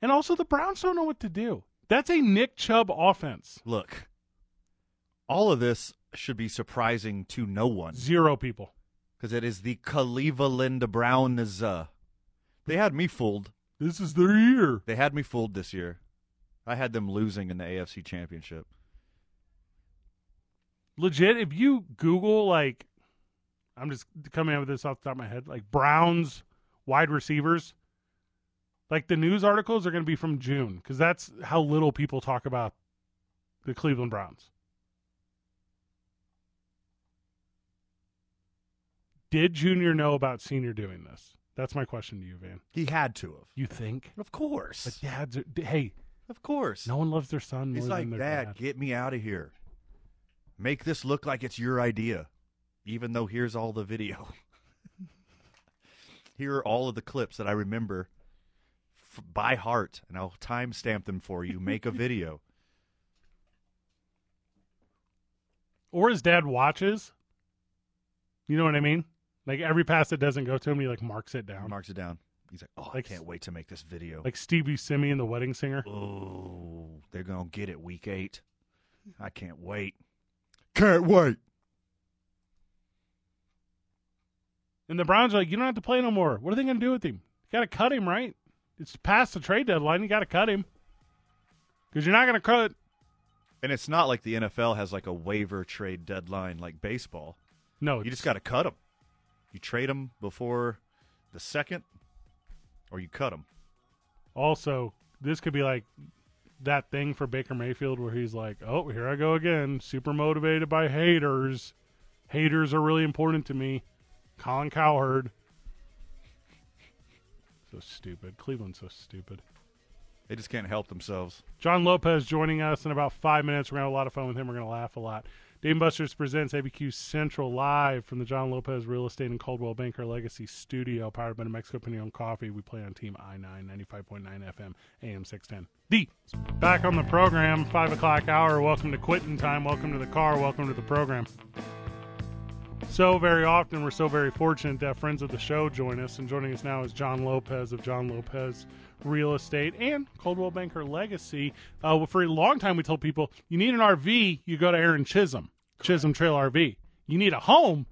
S6: And also, the Browns don't know what to do. That's a Nick Chubb offense.
S7: Look, all of this should be surprising to no one
S6: Zero people.
S7: because it is the Cleveland Browns. uh, They had me fooled.
S6: This is their year.
S7: They had me fooled this year. I had them losing in the AFC Championship.
S6: Legit, if you Google, like, I'm just coming up with this off the top of my head, like Browns wide receivers, like the news articles are going to be from June because that's how little people talk about the Cleveland Browns. Did Junior know about Senior doing this? That's my question to you, Van.
S7: He had to have.
S6: You think?
S7: Of course.
S6: But dads are, hey,
S7: of course.
S6: no one loves their son more
S7: He's
S6: than
S7: like,
S6: their
S7: Dad,
S6: dad.
S7: get me out of here. Make this look like it's your idea, even though here's all the video. [laughs] Here are all of the clips that I remember f- by heart, and I'll timestamp them for you. Make a video.
S6: or his dad watches. You know what I mean? Like every pass that doesn't go to him, he like marks it [laughs] down.
S7: Marks it down. He's like, oh,
S6: Like
S7: I can't
S6: s-
S7: wait to make this video.
S6: Like Stevie Simi and the Wedding Singer.
S7: oh, they're going to get it week eight. I can't wait. Can't wait.
S6: And the Browns are like, you don't have to play no more. What are they going to do with him? You got to cut him, right? It's past the trade deadline. You got to cut him because you're not going to cut.
S7: And it's not like the NFL has like a waiver trade deadline like baseball.
S6: No,
S7: You just got to cut them. You trade them before the second, or you cut them.
S6: also this could be like that thing for Baker Mayfield where he's like, "Oh, here I go again, super motivated by haters. Haters are really important to me." Colin Cowherd. So stupid. Cleveland's so stupid.
S7: They just can't help themselves.
S6: John Lopez joining us in about five minutes. We're going to have a lot of fun with him. We're going to laugh a lot. Dave and Buster's presents ABQ Central live from the John Lopez Real Estate and Coldwell Banker Legacy Studio, powered by New Mexico Pinion Coffee. We play on Team I 9, 95.9 FM, AM 610. D. Back on the program, 5 o'clock hour. Welcome to quitting time. Welcome to the car. Welcome to the program. So very often, we're so very fortunate to have friends of the show join us. And joining us now is John Lopez of John Lopez Real Estate and Coldwell Banker Legacy. Uh, well, for a long time, we told people you need an RV, you go to Aaron Chisholm, Chisholm Trail RV. You need a home,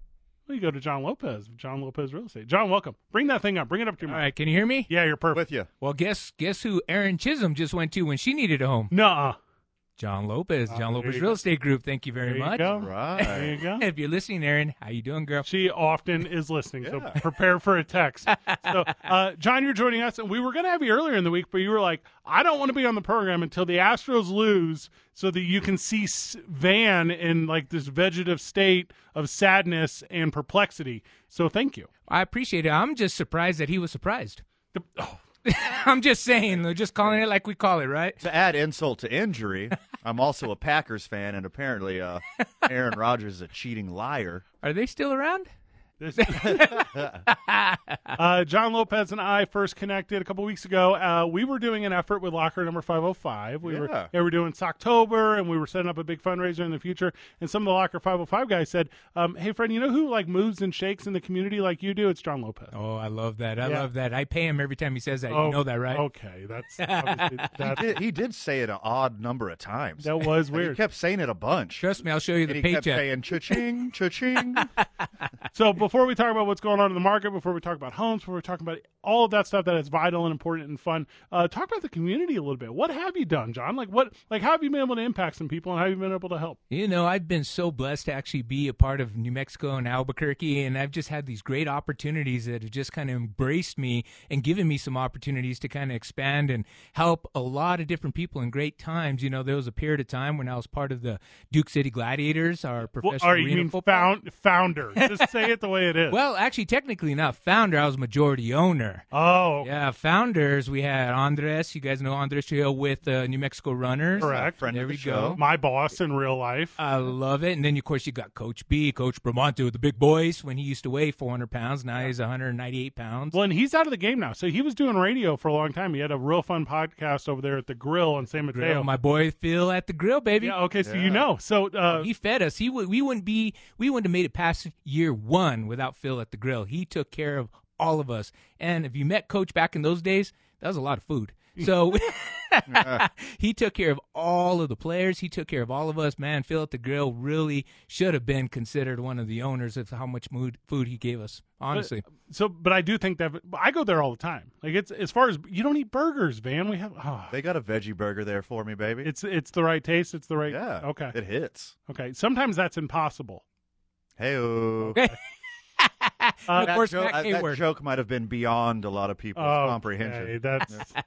S6: well, you go to John Lopez, John Lopez Real Estate. John, welcome. Bring that thing up. Bring it up to your
S9: All
S6: mic.
S9: right, can you hear me?
S6: Yeah, you're perfect.
S7: With you.
S9: Well, guess guess who Aaron Chisholm just went to when she needed a home?
S6: Nuh-uh.
S9: John Lopez,
S6: Ah,
S9: John
S6: there
S9: Lopez
S6: you
S9: Real
S6: go.
S9: Estate Group. Thank you very
S6: There
S9: much.
S6: you go. There
S7: Right.
S6: you go.
S9: If you're listening, Aaron, how you doing, girl?
S6: She often is listening, so
S7: Yeah.
S6: prepare for a text. so, uh, John, you're joining us, and we were going to have you earlier in the week, but you were like, "I don't want to be on the program until the Astros lose, so that you can see S- Van in like this vegetative state of sadness and perplexity." So, thank you.
S9: I appreciate it. I'm just surprised that he was surprised. [laughs] I'm just saying, Lou, just calling it like we call it, right?
S7: To add insult to injury, I'm also a Packers fan, and apparently uh, Aaron Rodgers is a cheating liar.
S9: Are they still around?
S6: This- uh, John Lopez and I first connected a couple weeks ago. Uh, we were doing an effort with Locker Number 505. We were
S7: Yeah.
S6: yeah, we're doing Socktober, and we were setting up a big fundraiser in the future. And some of the Locker 505 guys said, um, "Hey, friend, you know who like moves and shakes in the community like you do? It's John Lopez."
S9: Oh, I love that. I
S6: Yeah.
S9: love that. I pay him every time he says that.
S6: Oh,
S9: you know that, right?
S6: Okay,
S9: [laughs]
S6: that's obviously- that
S7: He- He did say it an odd number of times.
S6: that was
S7: Like,
S6: weird.
S7: He kept saying it a bunch.
S9: Trust me, I'll show you
S7: and
S9: the
S7: he
S9: paycheck.
S7: kept saying cha-ching, cha-ching.
S6: So before we talk about what's going on in the market, before we talk about homes, before we talk about all of that stuff that is vital and important and fun, uh, talk about the community a little bit. What have you done, John? Like what? Like how have you been able to impact some people, and how have you been able to help?
S9: You know, I've been so blessed to actually be a part of New Mexico and Albuquerque, and I've just had these great opportunities that have just kind of embraced me and given me some opportunities to kind of expand and help a lot of different people in great times. You know, there was a period of time when I was part of the Duke City Gladiators, our professional
S6: Well, or you
S9: arena
S6: mean
S9: football.
S6: found, founder? Just say it the way it
S9: [laughs]
S6: is.
S9: well, actually, technically not founder. I was majority owner.
S6: oh,
S9: Yeah, founders. We had Andres. You guys know Andres Trujillo with uh, New Mexico Runners.
S6: [laughs] correct.
S7: Friend
S9: There
S7: of the
S9: we
S7: show.
S9: go.
S6: My boss in real life.
S9: I love it. And then, of course, you got Coach B, Coach Bramante with the big boys when he used to weigh 400 pounds. Now he's 198 pounds.
S6: well, and he's out of the game now. So he was doing radio for a long time. He had a real fun podcast over there at the Grill in San
S9: Grill,
S6: Mateo.
S9: My boy Phil at the grill, baby. Oh,
S6: yeah. Okay. So you know. So uh,
S9: He fed us. He would. We wouldn't be. We wouldn't have made it past year one without Phil at the grill. He took care of all of us. And if you met Coach back in those days, that was a lot of
S6: [laughs]
S9: food. So [laughs] he took care of all of the players. He took care of all of us. Man, Phil at the grill really should have been considered one of the owners of how much mood, food he gave us. Honestly.
S6: So, but I do think that but I go there all the time. Like it's as far as you don't eat burgers, Van. We have oh,
S7: They got a veggie burger there for me, baby.
S6: it's it's the right taste. It's the right.
S7: yeah.
S6: Okay.
S7: It hits.
S6: Okay. Sometimes that's impossible.
S7: Hey,
S9: And of course,
S7: joke,
S9: Mac
S7: uh, that
S9: Hayward.
S7: joke might have been beyond a lot of people's comprehension.
S6: Oh, okay, Um,
S7: [laughs]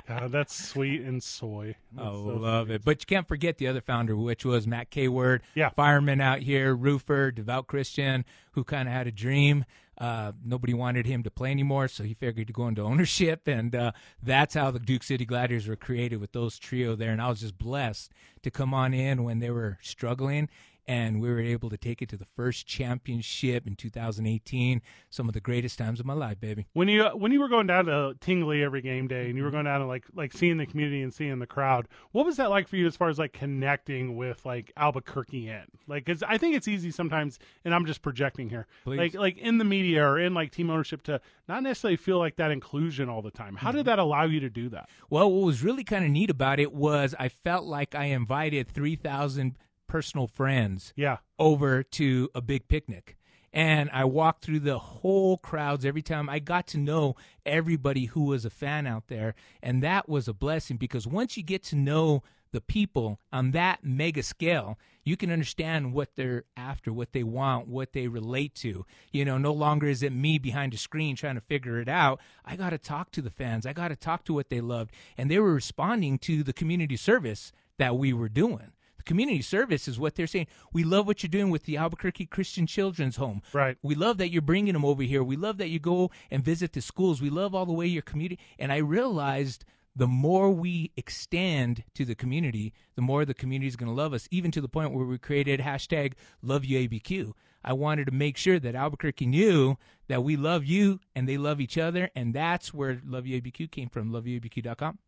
S6: That's God, that's sweet and soy. That's
S9: Oh,
S6: so-
S9: love it. But you can't forget the other founder, which was Matt Kayward,
S6: Yeah.
S9: fireman out here, roofer, devout Christian, who kind of had a dream. Uh, nobody wanted him to play anymore, so he figured to go into [laughs] ownership. And uh, that's how the Duke City Gladiators were created with those trio there. And I was just blessed to come on in when they were struggling. And we were able to take it to the first championship in 2018. Some of the greatest times of my life, baby.
S6: When you when you were going down to Tingley every game day, and you were
S9: Mm-hmm.
S6: going down to like like seeing the community and seeing the crowd, what was that like for you as far as like connecting with like Albuquerque in? Like, because I think it's easy sometimes, and I'm just projecting here,
S9: Please.
S6: like like in the media or in like team ownership to not necessarily feel like that inclusion all the time. How
S9: Mm-hmm.
S6: did that allow you to do that?
S9: Well, what was really kind of neat about it was I felt like I invited 3,000 personal friends
S6: Yeah,
S9: over to a big picnic. And I walked through the whole crowds every time. I got to know everybody who was a fan out there. And that was a blessing because once you get to know the people on that mega scale, you can understand what they're after, what they want, what they relate to. You know, no longer is it me behind a screen trying to figure it out. I got to talk to the fans, I got to talk to what they loved. And they were responding to the community service that we were doing. The community service is what they're saying. We love what you're doing with the Albuquerque Christian Children's Home.
S6: Right.
S9: We love that you're bringing them over here. We love that you go and visit the schools. We love all the way your community. And I realized the more we extend to the community, the more the community is going to love us, even to the point where we created hashtag love you ABQ. I wanted to make sure that Albuquerque knew that we love you and they love each other. And that's where love you ABQ came from, loveyouabq.com.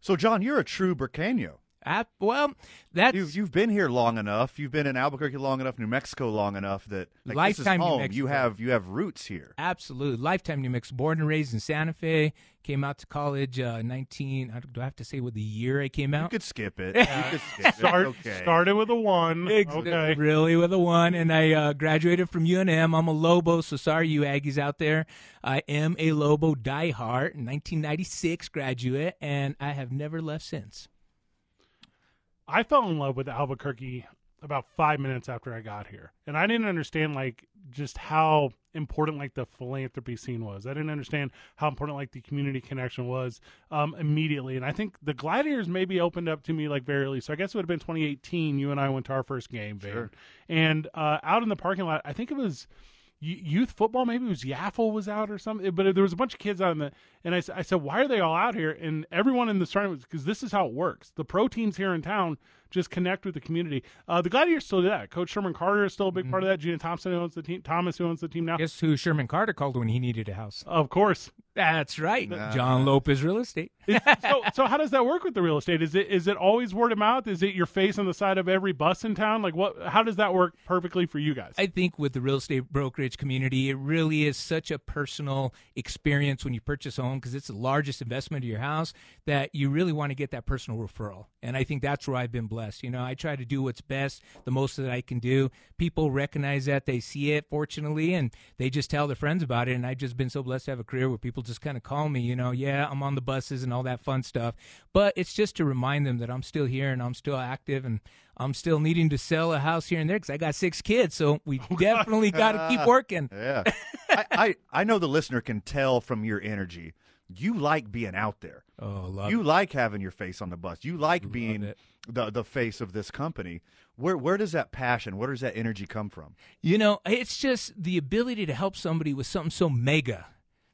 S7: So, John, you're a true Burcano.
S9: I, Ah, well, that's.
S7: You've, you've been here long enough. You've been in Albuquerque long enough, New Mexico long enough that like, this is
S9: Lifetime New
S7: home.
S9: Mexico.
S7: You have you have roots here.
S9: Absolutely. Lifetime New Mexico. Born and raised in Santa Fe. Came out to college uh, 19. I don't- Do I have to say what the year I came
S7: You
S9: out?
S7: could skip it. You
S6: [laughs]
S7: could skip it.
S6: start
S7: okay.
S6: started with a one.
S9: Ex-
S6: Okay,
S9: Really with a one. And I uh, graduated from UNM. I'm a Lobo, so sorry, you Aggies out there. I am a Lobo diehard, 1996 graduate, and I have never left since.
S6: I fell in love with Albuquerque about five minutes after I got here, and I didn't understand like just how important like the philanthropy scene was. I didn't understand how important like the community connection was um, immediately. And I think the Gladiators maybe opened up to me like very early. So I guess it would have been 2018. You and I went to our first game, Van. and uh, out in the parking lot, I think it was y- youth football. Maybe it was Yaffle was out or something, but there was a bunch of kids out in the. And I, s- I said, why are they all out here? And everyone in the starting was because this is how it works. The pro teams here in town just connect with the community. Uh, the Gladiators still do that. Coach Sherman Carter is still a big part of that. Gina Thompson who owns the team. Thomas who owns the team now.
S9: Guess who Sherman Carter called when he needed a house?
S6: Of course.
S9: That's right, John Lopez Real Estate.
S6: so, so how does that work with the real estate? Is it is it always word of mouth? Is it your face on the side of every bus in town? Like what? How does that work perfectly for you guys?
S9: I think with the real estate brokerage community, it really is such a personal experience when you purchase a home because it's the largest investment of your house that you really want to get that personal referral. And I think that's where I've been blessed. You know, I try to do what's best, the most that I can do. People recognize that, they see it, fortunately, and they just tell their friends about it. And I've just been so blessed to have a career where people just kind of call me, you know, yeah, I'm on the buses and all that fun stuff. But it's just to remind them that I'm still here and I'm still active and I'm still needing to sell a house here and there because I got six kids, so
S7: [laughs]
S9: we definitely got to keep working.
S7: Yeah. I, I, I know the listener can tell from your energy. You like being out there.
S9: Oh, love
S7: you like having your face on the bus. You like being
S9: it.
S7: the, the face of this company. Where where does that passion, where does that energy come from?
S9: You know, it's just the ability to help somebody with something so mega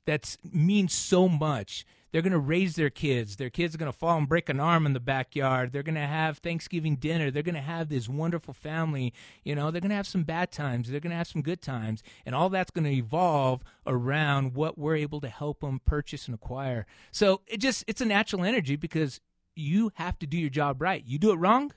S9: that means so much. They're going to raise their kids. Their kids are going to fall and break an arm in the backyard. They're going to have Thanksgiving dinner. They're going to have this wonderful family. You know, they're going to have some bad times. They're going to have some good times. And all that's going to evolve around what we're able to help them purchase and acquire. So it just, it's a natural energy because you have to do your job right. You do it wrong,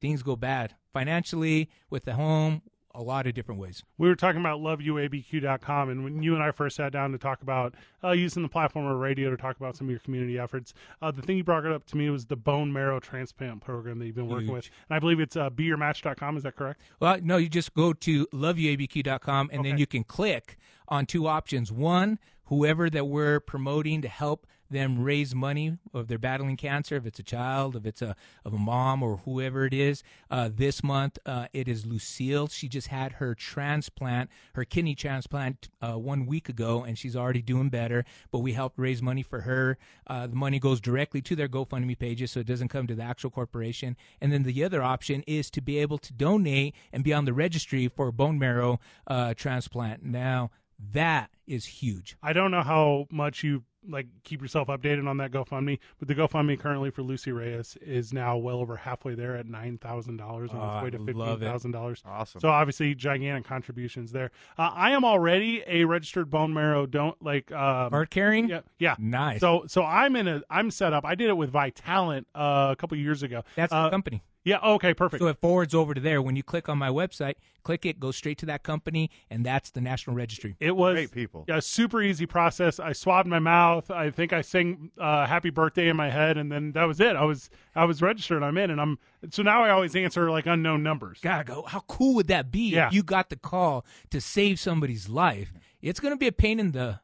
S9: things go bad financially, with the home, a lot of different ways.
S6: we were talking about loveuabq.com and when you and i first sat down to talk about uh, using the platform of radio to talk about some of your community efforts uh, the thing you brought up to me was the bone marrow transplant program that you've been working with and i believe it's uh, beyourmatch.com is that correct
S9: Well, no, you just go to loveyouabq.com and then you can click on two options. One, whoever that we're promoting to help them raise money if they're battling cancer, if it's a child, if it's a of a mom or whoever it is. Uh, this month, uh, it is Lucille. She just had her transplant, her kidney transplant, uh, one week ago, and she's already doing better. But we helped raise money for her. Uh, the money goes directly to their GoFundMe pages, so it doesn't come to the actual corporation. And then the other option is to be able to donate and be on the registry for a bone marrow uh, transplant. Now that is huge.
S6: i don't know how much you like keep yourself updated on that gofundme but the gofundme currently for lucy reyes is now well over halfway there at $9000 on its
S9: Oh, I
S6: way to
S9: love it.
S6: $15000
S7: Awesome.
S6: So obviously, gigantic contributions there. Uh, I am already a registered bone marrow don't like um,
S9: Art carrying.
S6: Yeah, yeah.
S9: Nice.
S6: So so I'm in a I'm set up. I did it with Vitalent uh, a couple years ago.
S9: That's
S6: uh,
S9: the company.
S6: yeah. Okay, perfect.
S9: So it forwards over to there. When you click on my website, click it, goes straight to that company, and that's the national registry.
S6: it was
S7: Great people.
S6: Yeah, super easy process. I swabbed my mouth. I think I sang uh, "Happy Birthday" in my head, and then that was it. I was I was registered. I'm in, and I'm so now I always answer like unknown numbers.
S9: God, go! How cool would that be
S6: Yeah.
S9: if you got the call to save somebody's life? It's going to be a pain in the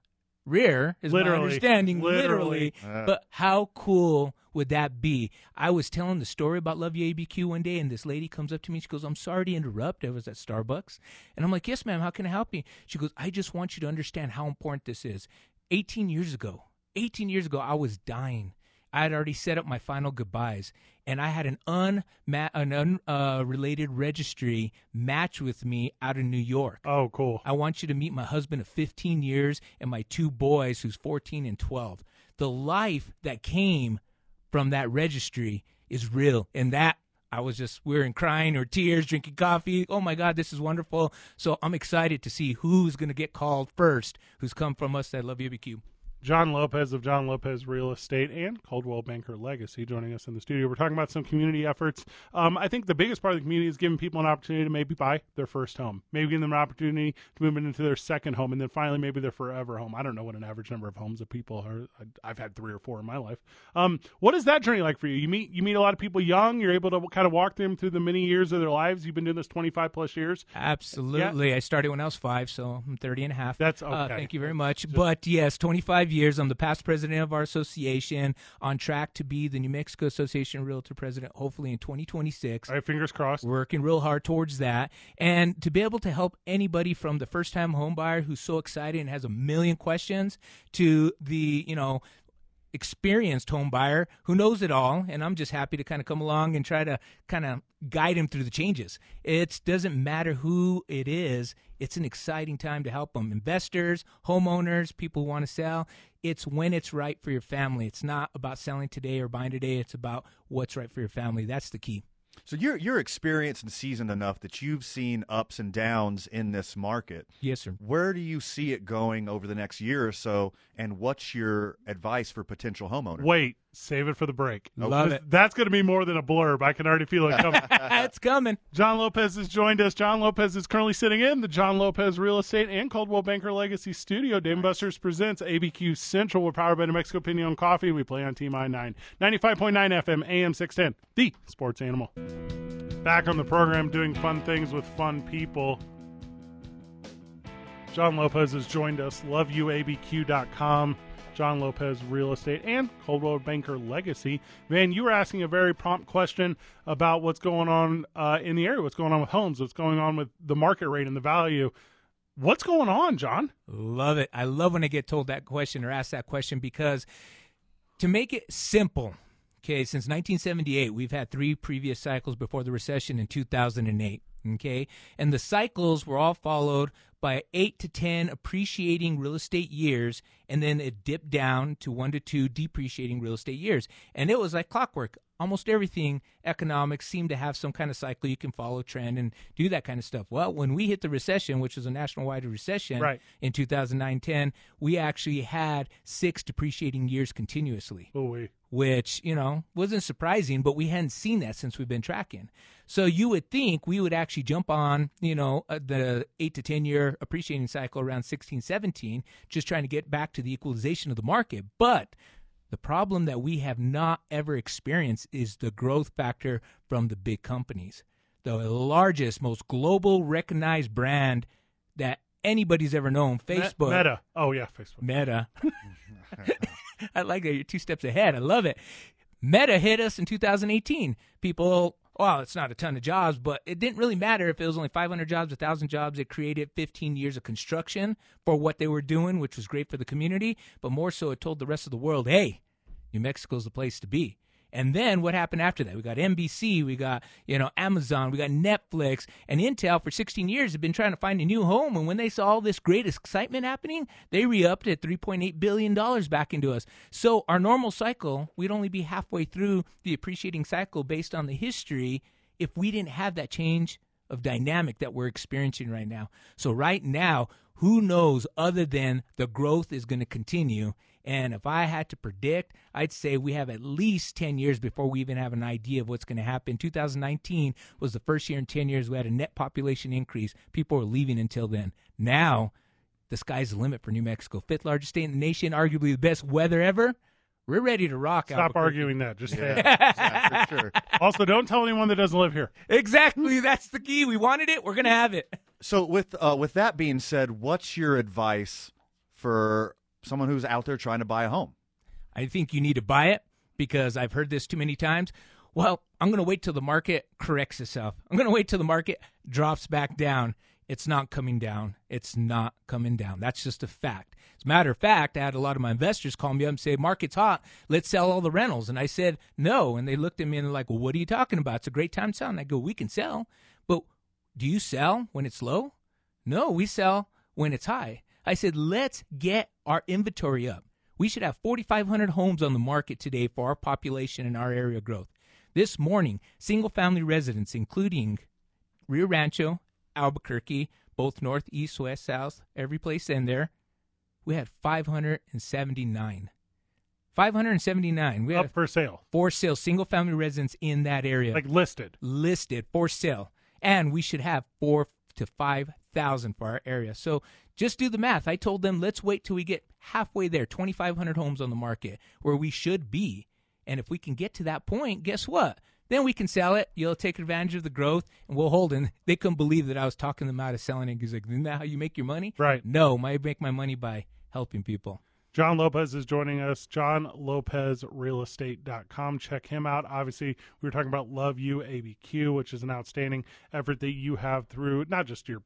S9: rear, is
S6: Literally.
S9: my understanding.
S6: Literally.
S9: Literally, but how cool would that be? I was telling the story about Love You ABQ one day, and this lady comes up to me. She goes, "I'm sorry to interrupt. I was at Starbucks," and I'm like, "Yes, ma'am. How can I help you?" She goes, "I just want you to understand how important this is. 18 years ago, 18 years ago, I was dying." I had already set up my final goodbyes, and I had an unma- an unrelated uh, related registry match with me out of New York.
S6: Oh, cool.
S9: I want you to meet my husband of 15 years and my two boys, who's 14 and 12. The life that came from that registry is real, and that. I was just, we were in crying or tears, drinking coffee. Oh my God, this is wonderful. So I'm excited to see who's going to get called first, who's come from us that love UBQ.
S6: John Lopez of John Lopez Real Estate and Coldwell Banker Legacy joining us in the studio. We're talking about some community efforts. Um, I think the biggest part of the community is giving people an opportunity to maybe buy their first home, maybe giving them an opportunity to move into their second home, and then finally maybe their forever home. I don't know what an average number of homes of people are. I- I've had three or four in my life. Um, what is that journey like for you? You meet you meet a lot of people young. You're able to kind of walk them through the many years of their lives. You've been doing this 25 plus years.
S9: Absolutely. I started when I was five, so I'm 30 and a half.
S6: That's
S9: Uh,
S6: okay.
S9: thank you very much. but yes, 25 five years. I'm the past president of our association, on track to be the New Mexico Association of Realtor president, hopefully in 2026.
S6: All right, fingers crossed.
S9: Working real hard towards that. And to be able to help anybody from the first time home buyer who's so excited and has a million questions to the, you know, experienced home buyer who knows it all and I'm just happy to kind of come along and try to kind of guide him through the changes. It doesn't matter who it is, it's an exciting time to help them. Investors, homeowners, people who want to sell. It's when it's right for your family. It's not about selling today or buying today, it's about what's right for your family. That's the key.
S7: So you're you're experienced and seasoned enough that you've seen ups and downs in this market.
S9: Yes, sir.
S7: Where do you see it going over the next year or so, and what's your advice for potential homeowners?
S6: Wait, save it for the break.
S9: Love
S6: This-
S9: it.
S6: That's going to be more than a blurb. I can already feel it
S9: [laughs]
S6: coming.
S9: it's coming.
S6: John Lopez has joined us. John Lopez is currently sitting in the John Lopez Real Estate and Coldwell Banker Legacy Studio. Dave and Busters presents ABQ Central. We're powered by New Mexico Pinion Coffee. We play on Team I-9, 95.9 FM, AM 610, the sports animal. Back on the program doing fun things with fun people. John Lopez has joined us. LoveYouABQ.com. John Lopez Real Estate and Coldwell Banker Legacy. Van, you were asking a very prompt question about what's going on uh, in the area, what's going on with homes, what's going on with the market rate and the value. What's going on, John?
S9: Love it. I love when I get told that question or asked that question because to make it simple, okay, since 1978, we've had three previous cycles before the recession in 2008, okay? And the cycles were all followed by 8 to 10 appreciating real estate years and then it dipped down to 1 to 2 depreciating real estate years. And it was like clockwork. Almost everything economics seemed to have some kind of cycle you can follow trend and do that kind of stuff. Well, when we hit the recession, which was a national wide recession,
S6: Right.
S9: in 2009-10 we actually had six depreciating years continuously
S6: Oh, wait.
S9: which you know wasn't surprising but we hadn't seen that since we've been tracking so you would think we would actually jump on you know uh, the 8 to 10 year appreciating cycle around 16 17 just trying to get back to the equalization of the market but the problem that we have not ever experienced is the growth factor from the big companies the largest most global recognized brand that anybody's ever known
S6: Me-
S9: facebook
S6: Meta. Oh, yeah, Facebook.
S9: Meta. [laughs] I like that you're two steps ahead. I love it. Meta hit us in 2018. People, well, it's not a ton of jobs, but it didn't really matter if it was only 500 jobs, 1,000 jobs. It created 15 years of construction for what they were doing, which was great for the community. But more so, it told the rest of the world, hey, New Mexico's the place to be. And then what happened after that? We got NBC, we got you know Amazon, we got Netflix, and Intel for 16 years have been trying to find a new home. And when they saw all this great excitement happening, they re-upped at 3.8 billion dollars back into us. So our normal cycle, we'd only be halfway through the appreciating cycle based on the history if we didn't have that change of dynamic that we're experiencing right now. So right now, who knows other than the growth is going to continue. And if I had to predict, I'd say we have at least 10 years before we even have an idea of what's going to happen. 2019 was the first year in 10 years we had a net population increase. People were leaving until then. Now, the sky's the limit for New Mexico. Fifth largest state in the nation, arguably the best weather ever. We're ready to rock.
S6: Stop
S9: Albuquerque.
S6: arguing that. Just say it.
S7: Yeah, for sure.
S6: Also, don't tell anyone that doesn't live here.
S9: Exactly. That's the key. We wanted it. We're going to have it.
S7: [laughs] So with uh, with that being said, what's your advice for someone who's out there trying to buy a home?
S9: I think you need to buy it because I've heard this too many times. Well, I'm going to wait till the market corrects itself. I'm going to wait till the market drops back down. It's not coming down. It's not coming down. That's just a fact. As a matter of fact, I had a lot of my investors call me up and say, Market's hot. Let's sell all the rentals. And I said, No. And they looked at me and they're like, Well, what are you talking about? It's a great time to sell. And I go, We can sell. But do you sell when it's low? No, we sell when it's high. I said, let's get our inventory up. We should have 4,500 homes on the market today for our population and our area growth. This morning, single family residents, including Rio Rancho, Albuquerque, both north, east, west, south, every place in there, we had 579. 579. We
S6: Up
S9: had
S6: for sale.
S9: for sale single family residents in that area
S6: Like listed.
S9: listed for sale, and we should have four to five thousand for our area. So just do the math. I told them let's wait till we get halfway there, twenty five hundred homes on the market where we should be, and if we can get to that point, guess what? Then we can sell it. You'll take advantage of the growth, and we'll hold. And [laughs] they couldn't believe that I was talking them out of selling it. He's like, "Isn't that how you make your money?"
S6: Right.
S9: No, I make my money by helping people.
S6: John Lopez is joining us. John Lopez com. Check him out. Obviously, we were talking about Love You ABQ, which is an outstanding effort that you have through not just your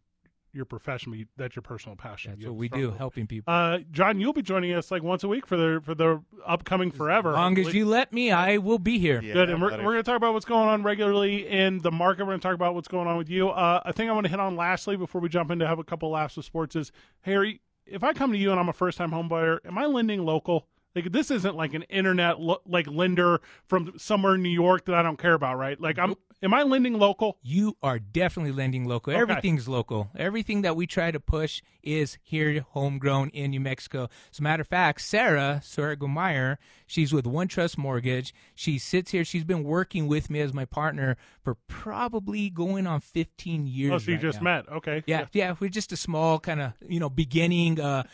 S6: your profession, but that's your personal passion.
S9: That's
S6: You
S9: what we
S6: struggle.
S9: do, helping people.
S6: Uh, John, you'll be joining us like once a week for the for the upcoming forever.
S9: as long as
S6: hopefully.
S9: you let me, I will be here.
S7: Yeah,
S6: Good, and we're,
S7: buddy.
S6: we're going to talk about what's going on regularly in the market. We're going to talk about what's going on with you. Uh, a thing I want to hit on lastly before we jump into have a couple laughs with sports is Harry. If I come to you and I'm a first time home buyer, am I lending local? Like this isn't like an internet lo- like lender from somewhere in New York that I don't care about, right? Like I'm, am I lending local?
S9: You are definitely lending local.
S6: Okay.
S9: Everything's local. Everything that we try to push is here, homegrown in New Mexico. As a matter of fact, Sarah, Sarah Gumeyer, she's with One Trust Mortgage. She sits here. She's been working with me as my partner for probably going on 15 years.
S6: Oh, so you
S9: right
S6: just
S9: now.
S6: met, okay?
S9: Yeah, yeah, we're just a small kind of you know beginning uh,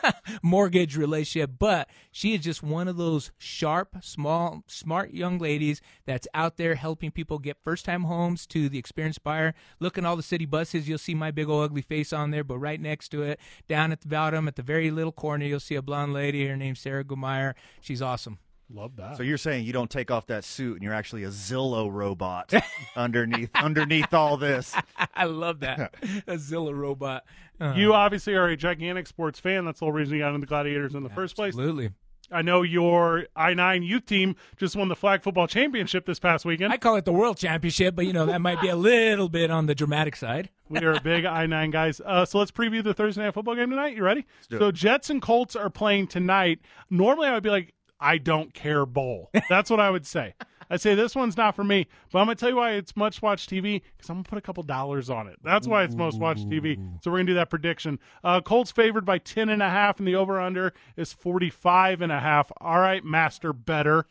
S9: [laughs] mortgage relationship, but she is just one of those sharp, small, smart young ladies that's out there helping people get first-time homes to the experienced buyer. Look at all the city buses; you'll see my big old ugly face on there, but right next to it, down at the bottom, at the very little corner, you'll see a blonde lady. Her name's Sarah Gumeyer. She's awesome. [laughs]
S6: love that.
S7: So you're saying you don't take off that suit and you're actually a Zillow robot [laughs] underneath underneath all this.
S9: I love that [laughs] a Zilla robot. Uh,
S6: you obviously are a gigantic sports fan. That's the whole reason you got into the Gladiators in the first place.
S9: absolutely.
S6: I know your I nine youth team just won the flag football championship this past weekend.
S9: I call it the world championship, but you know that might be a little bit on the dramatic side.
S6: We are
S7: [laughs]
S6: big I nine guys. Uh, so let's preview the Thursday night football game tonight. You ready? So Jets and Colts are playing tonight. Normally, I would be like, I don't care bowl. That's what I would say. I say this one's not for me, but I'm gonna tell you why it's much watched TV because I'm gonna put a couple dollars on it. That's why it's most watched TV. So we're gonna do that prediction. Uh, Colts favored by ten and a half, and the over under is 45 and a half. All right, master better.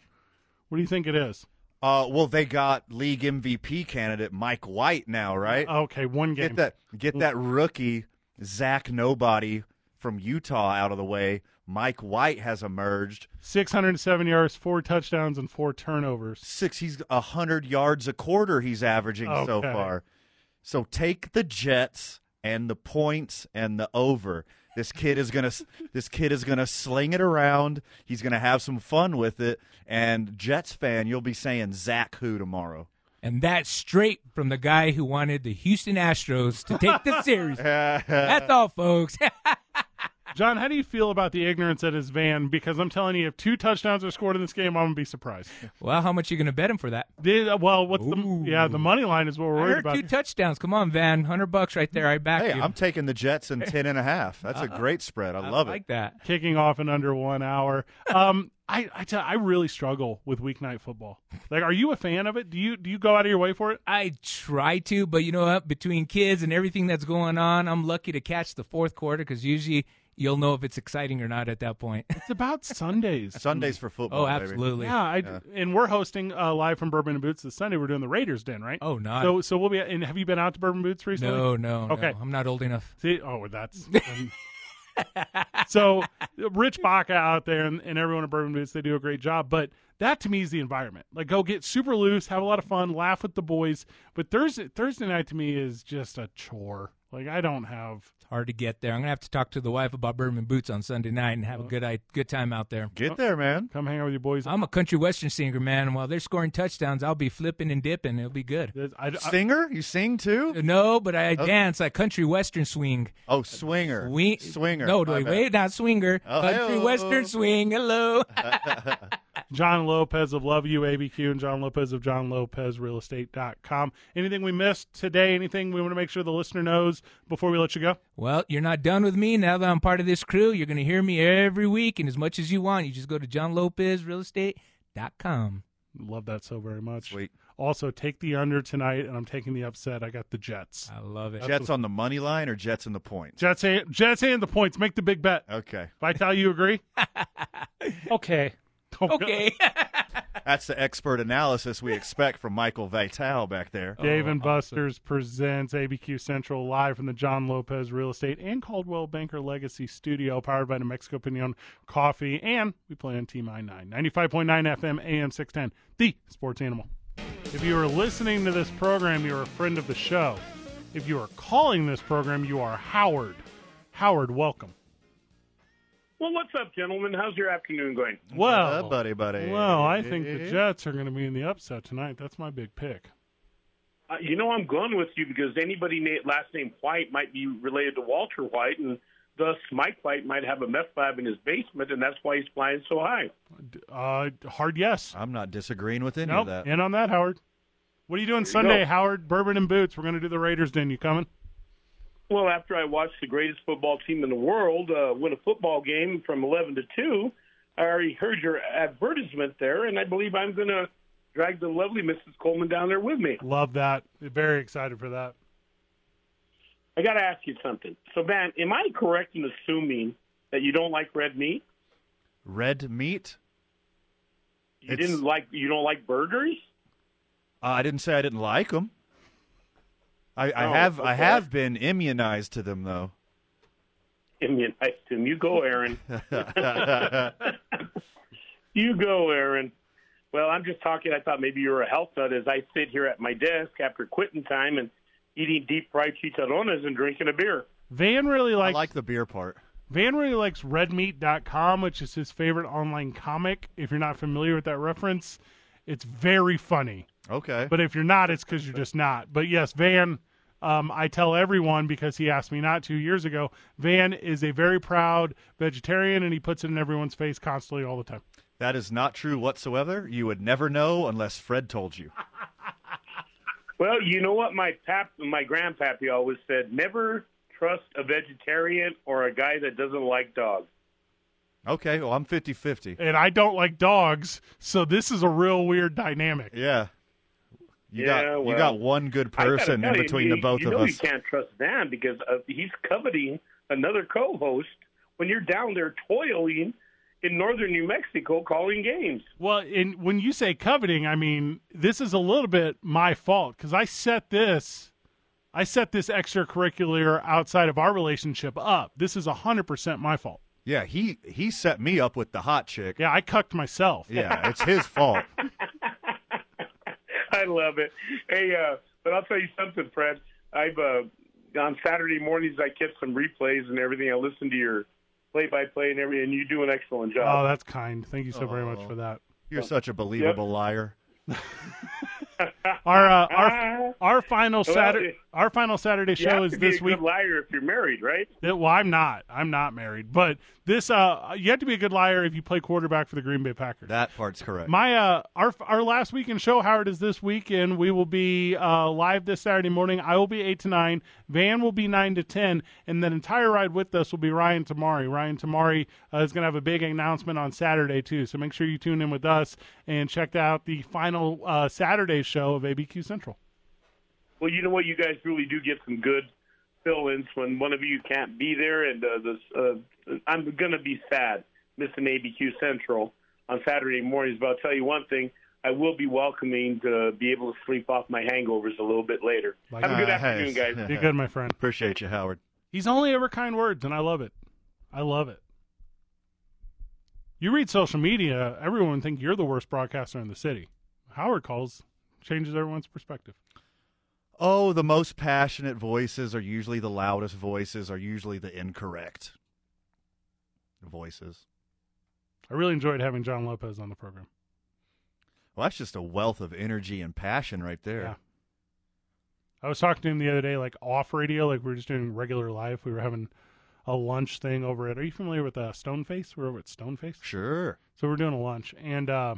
S6: What do you think it is?
S7: Uh, well, they got league MVP candidate Mike White now, right?
S6: Okay, one game.
S7: get that
S9: Mm.
S7: get that rookie Zach Nobody from Utah out of the way. Mike White has emerged.
S6: 607 yards, four touchdowns, and four turnovers.
S7: Six, he's hundred yards a quarter. He's averaging so
S6: Okay.
S7: far. So take the Jets and the points and the over. This kid is gonna [laughs] this kid is gonna sling it around. He's gonna have some fun with it. And Jets fan, you'll be saying Zach
S9: [laughs]
S7: who tomorrow.
S9: And that's straight from the guy who wanted the Houston Astros to take the series. that's all, folks. [laughs]
S6: John, how do you feel about the ignorance at his van? Because I'm telling you, if two touchdowns are scored in this game, I'm gonna be surprised.
S9: well, how much you going to bet him for that?
S6: The- well, what's
S9: Ooh.
S6: the yeah the money line is what we're
S9: I
S6: worried
S9: heard
S6: about.
S9: two touchdowns. Come on, Van. 100 bucks right there. I back
S7: Hey,
S9: you. Uh,
S7: I'm taking the
S9: [laughs]
S7: Jets in ten and a half. That's a great spread. I love
S9: I
S7: it.
S9: like that.
S6: Kicking off in under one hour. Um, I I, tell, I really struggle with weeknight football. Like, are you a fan of it? Do you do you go out of your way for it?
S9: I try to, but you know what? Between kids and everything that's going on, I'm lucky to catch the fourth quarter because usually you'll know if it's exciting or not at that point. [laughs]
S6: It's about Sundays.
S7: Sundays for football.
S9: oh,
S7: baby.
S9: absolutely.
S6: Yeah, I, and we're hosting uh, live from Bourbon and Boots this Sunday. We're doing the Raiders Den, right?
S9: Oh, nice.
S6: So so we'll be. And have you been out to Bourbon Boots recently?
S9: No, no, no.
S6: Okay.
S9: I'm not old enough.
S6: See, oh, well, that's. um, [laughs] so, Rich Baca out there and, and everyone at Bourbon Boots, they do a great job. But that to me is the environment. Like, go get super loose, have a lot of fun, laugh with the boys. But Thursday, Thursday night to me is just a chore. Like, I don't have.
S9: It's hard to get there. I'm gonna have to talk to the wife about Bourbon Boots on Sunday night and have a good I- good time out there.
S6: Uh,
S7: Get there, man.
S6: Come hang out with your boys.
S9: I'm a country western singer, man. and While they're scoring touchdowns, I'll be flipping and dipping. It'll be good.
S6: There's- I, Uh, I-
S7: Singer? You sing too?
S9: No, but I dance like country western swing.
S7: Oh, swinger.
S9: We,
S7: swinger.
S9: No,
S7: My
S9: wait,
S7: bad.
S9: wait, not swinger.
S7: Oh,
S9: country
S7: hey-oh.
S9: western swing. Hello.
S6: John Lopez of Love You ABQ and John Lopez of John Lopez Real Estate.com. Anything we missed today? Anything we want to make sure the listener knows before we let you go?
S9: well, you're not done with me. Now that I'm part of this crew, you're gonna hear me every week and as much as you want. You just go to johnlopezrealestate.com.
S6: Love that so very much.
S7: Sweet.
S6: Also, take the under tonight, and I'm taking the upset. I got the Jets.
S9: I love it.
S7: Jets on the money line or Jets in the points?
S6: Jets and Jets and the points. Make the big bet.
S7: Okay.
S6: Vital, you agree? [laughs]
S7: [laughs]
S2: Okay.
S9: Okay.
S7: That's the expert analysis we expect from Michael Vital back there.
S6: Dave and Buster's presents ABQ Central live from the John Lopez Real Estate and Caldwell Banker Legacy Studio, powered by New Mexico Pinon Coffee. And we play on Team I 9, 95.9 FM, AM 610, the sports animal. If you are listening to this program, you're a friend of the show. If you are calling this program, you are Howard. Howard, welcome.
S10: Well, what's up, gentlemen? How's your afternoon going?
S6: Well,
S7: Uh, buddy, buddy.
S6: Well, I think the Jets are going to be in the upset tonight. That's my big pick.
S10: Uh, you know, I'm going with you because anybody na- last name White might be related to Walter White, and thus Mike White might have a meth lab in his basement, and that's why he's flying so high.
S6: Uh, hard yes.
S7: I'm not disagreeing with any
S6: nope.
S7: of that.
S6: In on that, Howard. What are you doing Sunday,
S10: go.
S6: Howard? Bourbon and boots. We're going to do the Raiders. Den. You coming?
S10: Well, after I watched the greatest football team in the world uh, win a football game from 11 to 2, I already heard your advertisement there, and I believe I'm going to drag the lovely Mrs. Coleman down there with me.
S6: Love that. Very excited for that.
S10: I got to ask you something. So, Van, am I correct in assuming that you don't like red meat?
S7: Red meat?
S10: You
S7: It's-
S10: didn't like you don't like burgers?
S7: Uh, I didn't say I didn't like them. I, I
S10: Oh,
S7: have I
S10: okay.
S7: have been immunized to them though.
S10: Immunize him. You go, Aaron. [laughs] you go, Aaron. Well, I'm just talking. I thought maybe you were a health nut as I sit here at my desk after quitting time and eating deep fried chicharrones and drinking a beer.
S6: Van really
S7: I
S6: likes
S7: like the beer part.
S6: Van really likes redmeat.com, which is his favorite online comic. If you're not familiar with that reference, it's very funny.
S7: Okay.
S6: But if you're not, it's because you're just not. But yes, Van, um, I tell everyone because he asked me not two years ago. Van is a very proud vegetarian, and he puts it in everyone's face constantly all the time.
S7: That is not true whatsoever. You would never know unless Fred told
S10: [laughs]
S7: you.
S10: Well, you know what my pap, my grandpappy always said: never trust a vegetarian or a guy that doesn't like dogs.
S7: Okay, well I'm 50-50.
S6: And I don't like dogs, so this is a real weird dynamic.
S7: Yeah. You
S10: Yeah,
S7: got you
S10: well,
S7: got one good
S10: I gotta
S7: person in
S10: tell you,
S7: between
S10: you-
S7: the both
S10: you
S7: of
S10: know
S7: us.
S10: You can't trust Van because uh, he's coveting another co-host when you're down there toiling in northern New Mexico calling games. [laughs]
S6: Well, and when you say coveting, I mean this is a little bit my fault because I set this, I set this extracurricular outside of our relationship up. This is hundred percent my fault.
S7: Yeah, he he set me up with the hot chick.
S6: Yeah, I cucked myself.
S7: Yeah, it's his
S10: [laughs]
S7: fault.
S10: I love it. Hey, uh, but I'll tell you something, Fred. I've uh, on Saturday mornings I get some replays and everything. I listen to your play-by-play and everything, and you do an excellent
S6: Oh,
S10: job.
S6: that's kind. Thank you so very much for that.
S7: You're such a believable liar.
S6: Our
S10: [laughs]
S6: uh, our our final
S10: Well,
S6: Saturday
S10: it-
S6: our final Saturday
S10: you
S6: show
S10: have
S6: is
S10: to be
S6: this
S10: a
S6: week.
S10: Good liar if you're married, right?
S6: That- well, I'm not. I'm not married, but this uh, you have to be a good liar if you play quarterback for the Green Bay Packers.
S7: That part's correct.
S6: My uh, our our last weekend show, Howard, is this weekend. We will be uh, live this Saturday morning. I will be eight to nine. Van will be nine to ten, and that entire ride with us will be Ryan Tamari. Ryan Tamari uh, is going to have a big announcement on Saturday too. So make sure you tune in with us and check out the final uh, Saturday show of ABQ Central.
S10: Well, you know what? You guys really do get some good fill-ins when one of you can't be there, and uh, this, uh, I'm going to be sad missing ABQ Central on Saturday mornings. But I'll tell you one thing: I will be welcoming to be able to sleep off my hangovers a little bit later.
S6: Like-
S10: Have a good
S7: Uh,
S10: afternoon,
S7: hey. [laughs]
S10: guys.
S6: Be good, my friend.
S7: Appreciate you, Howard.
S6: He's only ever kind words, and I love it. I love it. You read social media, everyone would think you're the worst broadcaster in the city. Howard calls changes everyone's perspective.
S7: Oh, the most passionate voices are usually the loudest voices, are usually the incorrect voices.
S6: I really enjoyed having John Lopez on the program.
S7: Well, that's just a wealth of energy and passion right there.
S6: Yeah. I was talking to him the other day, like off radio, like we were just doing regular live. We were having a lunch thing over at. Are you familiar with uh, Stoneface? We're over at Stoneface.
S7: Sure.
S6: So we're doing a lunch, and uh,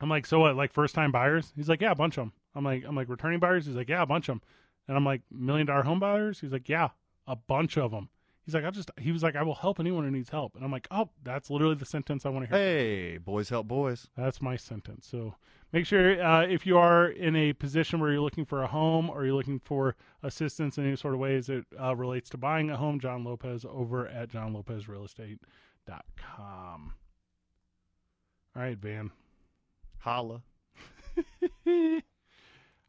S6: I'm like, so what? Like first time buyers? He's like, yeah, a bunch of them. I'm like, I'm like returning buyers. He's like, yeah, a bunch of them. And I'm like, million dollar home buyers? He's like, yeah, a bunch of them. He's like, I just. He was like, I will help anyone who needs help. And I'm like, oh, that's literally the sentence I want to hear.
S7: Hey, boys help boys.
S6: That's my sentence. So make sure uh, if you are in a position where you're looking for a home or you're looking for assistance in any sort of ways that uh, relates to buying a home, John Lopez over at johnlopezrealestate.com. All right, Van.
S7: Holla.
S6: [laughs] I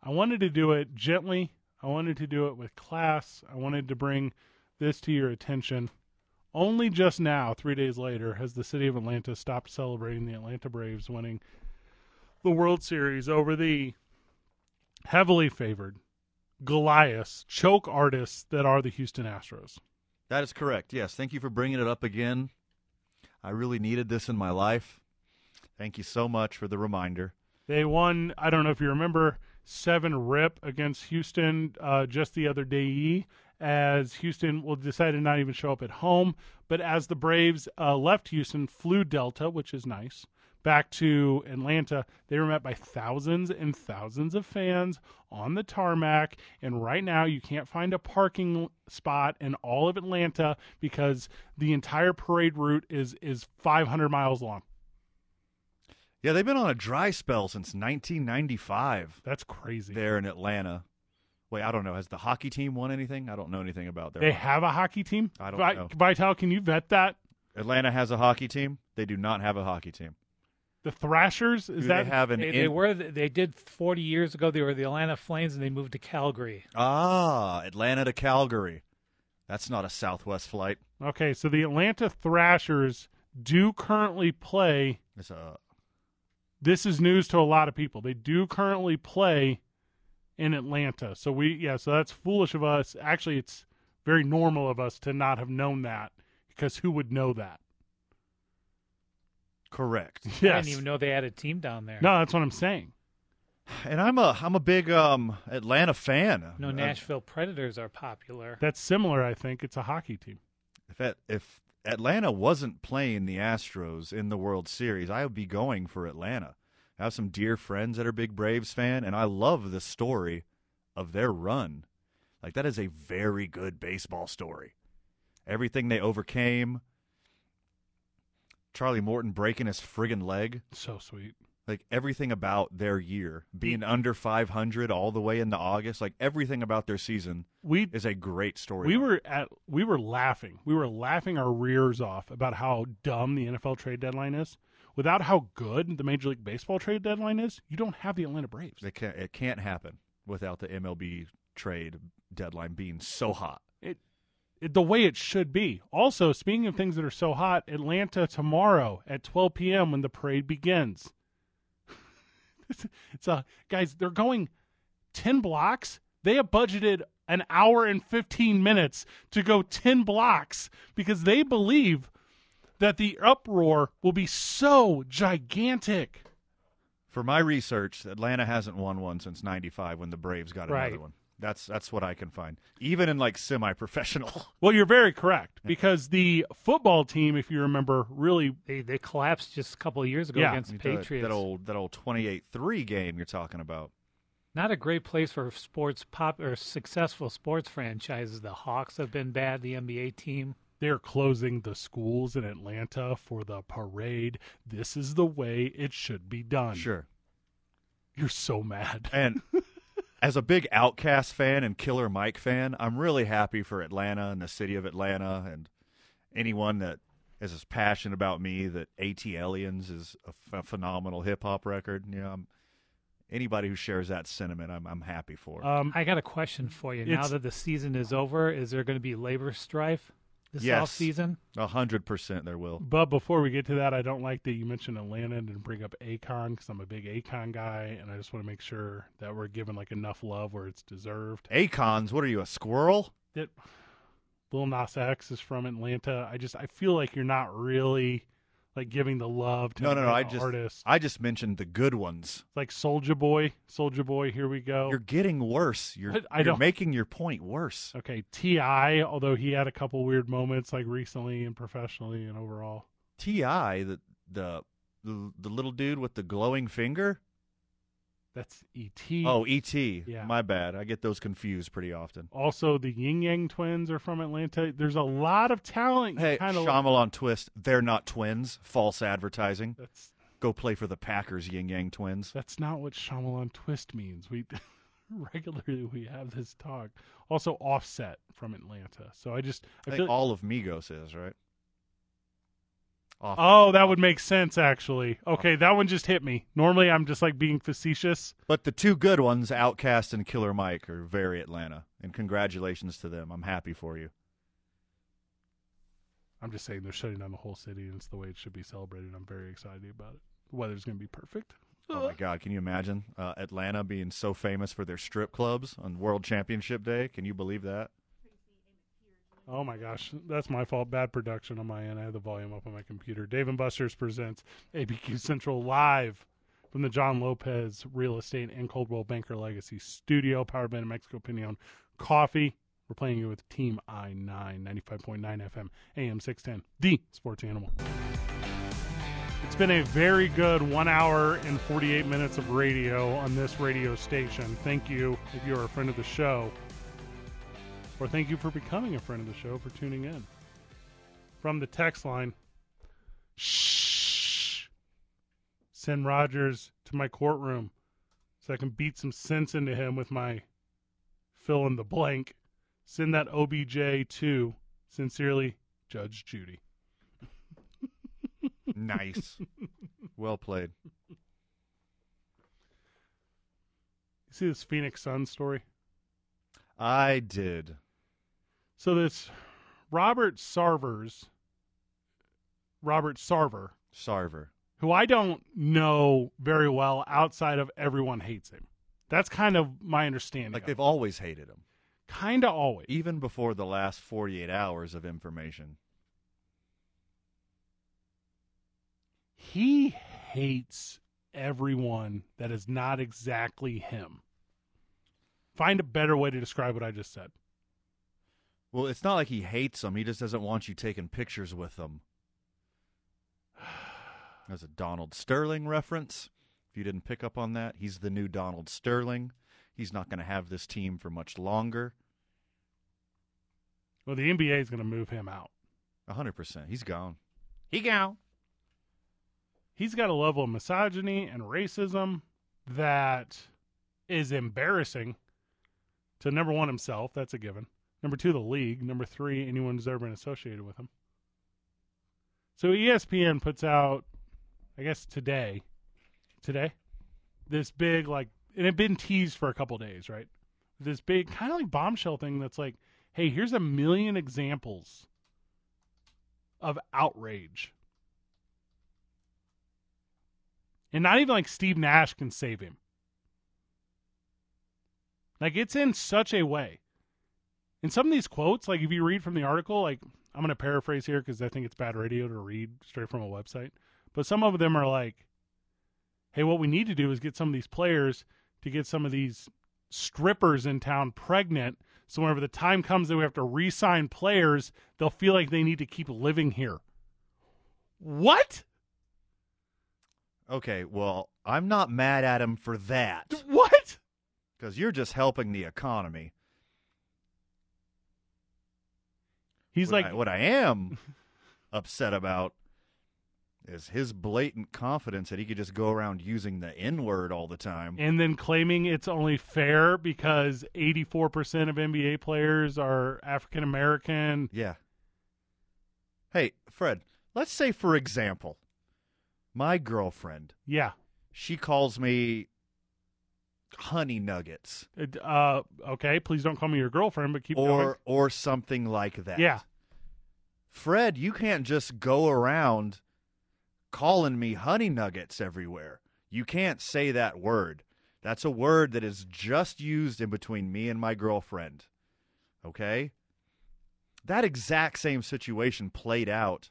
S6: wanted to do it gently. I wanted to do it with class. I wanted to bring this to your attention. Only just now, three days later, has the city of Atlanta stopped celebrating the Atlanta Braves winning the World Series over the heavily favored Goliath choke artists that are the Houston Astros.
S7: That is correct. Yes. Thank you for bringing it up again. I really needed this in my life. Thank you so much for the reminder.
S6: They won, I don't know if you remember, seven rip against Houston uh, just the other day as Houston will decide to not even show up at home. But as the Braves uh, left Houston, flew Delta, which is nice, back to Atlanta, they were met by thousands and thousands of fans on the tarmac. And right now, you can't find a parking spot in all of Atlanta because the entire parade route is is 500 miles long.
S7: Yeah, they've been on a dry spell since 1995.
S6: That's crazy.
S7: There in Atlanta. Wait, I don't know. Has the hockey team won anything? I don't know anything about their.
S6: They
S7: hockey.
S6: have a hockey team.
S7: I don't
S6: Vi-
S7: know.
S6: Vital, can you vet that?
S7: Atlanta has a hockey team. They do not have a hockey team.
S6: The Thrashers is
S7: Do
S6: that
S7: they have an
S2: They,
S7: in-
S2: they were they did 40 years ago. They were the Atlanta Flames, and they moved to Calgary.
S7: ah Atlanta to Calgary? That's not a Southwest flight.
S6: okay? So the Atlanta Thrashers do currently play.
S7: It's a
S6: This is news to a lot of people. They do currently play in Atlanta. So we yeah. So that's foolish of us. Actually, it's very normal of us to not have known that because who would know
S7: [laughs]
S6: that?
S7: correct.
S2: I didn't
S6: Yes.
S2: even know they had a team down there.
S6: No, that's what I'm saying.
S7: And I'm a I'm a big um Atlanta fan.
S2: No,
S7: Uh,
S2: Nashville Predators are popular.
S6: That's similar. I think it's a hockey team.
S7: If at, if Atlanta wasn't playing the Astros in the World Series, I would be going for Atlanta. I have some dear friends that are big Braves fan, and I love the story of their run. Like that is a very good baseball story. Everything they overcame. Charlie Morton breaking his friggin' leg.
S6: So sweet.
S7: Like everything about their year, being under 500 all the way into August, like everything about their season
S6: We
S7: is a great story.
S6: We were at we were laughing. We were laughing our rears off about how dumb the NFL trade deadline is. Without how good the Major League Baseball trade deadline is, you don't have the Atlanta Braves.
S7: It can't, it can't happen without the MLB trade deadline being so hot.
S6: It- the way it should be. Also, speaking of things that are so hot, Atlanta tomorrow at 12 p.m. when the parade begins. [laughs] it's a guys. They're going 10 blocks. They have budgeted an hour and 15 minutes to go 10 blocks because they believe that the uproar will be so gigantic.
S7: For my research, Atlanta hasn't won one since 95 when the Braves got
S6: Right.
S7: another one. That's that's what I can find. Even in like semi-professional. [laughs]
S6: Well, you're very correct because the football team, if you remember, really
S2: They they collapsed just a couple of years ago
S6: Yeah.
S2: against
S7: That-
S2: Patriots.
S7: That old that old 28-3 game you're talking about.
S2: Not a great place for sports pop or successful sports franchises. The Hawks have been bad. The NBA team.
S6: they're closing the schools in Atlanta for the parade. This is the way it should be done.
S7: Sure.
S6: You're so mad.
S7: And as a big Outcast fan and Killer Mike fan, I'm really happy for Atlanta and the city of Atlanta and anyone that is as passionate about me that AT Aliens is a ph- phenomenal hip hop record. You know, I'm, anybody who shares that sentiment, I'm I'm happy for.
S6: Um,
S2: I got a question for you. Now
S6: It's-
S2: that the season is over, is there going to be labor strife this
S7: Yes.
S2: off season?
S7: A hundred percent, there will.
S6: but before we get to that, I don't like that you mentioned Atlanta and didn't bring up Akon because I'm a big Akon guy, and I just want to make sure that we're given like enough love where it's deserved.
S7: Acons, what are you, a squirrel?
S6: That Lil Nas X is from Atlanta. I just I feel like you're not really like giving the love to
S7: No, no, no.
S6: the
S7: I just
S6: artist.
S7: I just mentioned the good ones.
S6: like Soldier Boy, Soldier Boy. Here we go.
S7: You're getting worse. You're
S6: Oh. I- I
S7: you're
S6: don't-
S7: making your point worse.
S6: Okay, Ti. Although he had a couple weird moments, like recently and professionally and overall.
S7: Ti, the the the, the little dude with the glowing finger.
S6: That's E Et.
S7: Oh, E.T.
S6: Yeah.
S7: My bad. I get those confused pretty often.
S6: also the Ying Yang Twins are from Atlanta. There's a lot of talent.
S7: Hey,
S6: kind of.
S7: Shyamalan twist. They're not twins. False advertising.
S6: That's
S7: Go play for the Packers, Yin Yang twins.
S6: that's not what Shyamalan twist means. We [laughs] regularly we have this talk. Also, Offset from Atlanta. So I just
S7: I
S6: I
S7: think
S6: feel.
S7: all of Migos is, right? Off-
S6: Oh, that would make sense actually. Okay, that one just hit me. Normally, I'm just like being facetious.
S7: But the two good ones, Outcast and Killer Mike, are very Atlanta. And congratulations to them. I'm happy for you.
S6: I'm just saying they're shutting down the whole city, and it's the way it should be celebrated. I'm very excited about it. The weather's going to be perfect.
S7: Oh my God! Can you imagine uh, Atlanta being so famous for their strip clubs on World Championship Day? Can you believe that?
S6: Oh my gosh, that's my fault. Bad production on my end. I had the volume up on my computer. Dave and Buster's presents ABQ Central live from the John Lopez Real Estate and Coldwell Banker Legacy Studio, powered by New Mexico Pinion Coffee. We're playing it with Team I9, 95.9 FM, AM 610, the sports animal. It's been a very good one hour and 48 minutes of radio on this radio station. Thank you if you're a friend of the show, or thank you for becoming a friend of the show for tuning in. From the text line, shh, send Rogers to my courtroom so I can beat some sense into him with my fill in the blank. Send that OBJ to sincerely Judge Judy.
S7: Nice. well played.
S6: You see this Phoenix Sun story?
S7: I did.
S6: So this Robert Sarvers, Robert Sarver,
S7: Sarver.
S6: who I don't know very well outside of everyone hates him. That's kind of my understanding.
S7: Like
S6: of
S7: they've always hated him.
S6: Kind of always.
S7: Even before the last 48 hours of information.
S6: he hates everyone that is not exactly him. Find a better way to describe what I just said.
S7: Well, it's not like he hates them. He just doesn't want you taking pictures with them. [sighs] That's a Donald Sterling reference. If you didn't pick up on that, he's the new Donald Sterling. He's not going to have this team for much longer.
S6: Well, the NBA is going to move him out.
S7: 100%. He's gone.
S6: He go. He's got a level of misogyny and racism that is embarrassing to number one himself. That's a given. Number two, the league. Number three, anyone who's ever been associated with him. So E ESPN puts out, I guess today, today, this big like, and it had been teased for a couple days, right? This big kind of like bombshell thing that's like, hey, here's a million examples of outrage. And not even like Steve Nash can save him. Like it's in such a way. And some of these quotes, like if you read from the article, like I'm going to paraphrase here because I think it's bad radio to read straight from a website. But some of them are like, hey, what we need to do is get some of these players to get some of these strippers in town pregnant. So whenever the time comes that we have to re sign players, they'll feel like they need to keep living here. What?
S7: Okay, well, I'm not mad at him for that
S6: What?
S7: because you're just helping the economy.
S6: He's
S7: What
S6: like,
S7: I- what I am [laughs] upset about is his blatant confidence that he could just go around using the N word all the time.
S6: and then claiming it's only fair because 84% of NBA players are African American.
S7: Yeah. Hey, Fred, let's say, for example, my girlfriend,
S6: Yeah.
S7: she calls me honey nuggets
S6: It- Uh, okay, please don't call me your girlfriend, but keep going.
S7: or, or something like that.
S6: Yeah.
S7: Fred, you can't just go around calling me honey nuggets everywhere. You can't say that word. That's a word that is just used in between me and my girlfriend. Okay? That exact same situation played out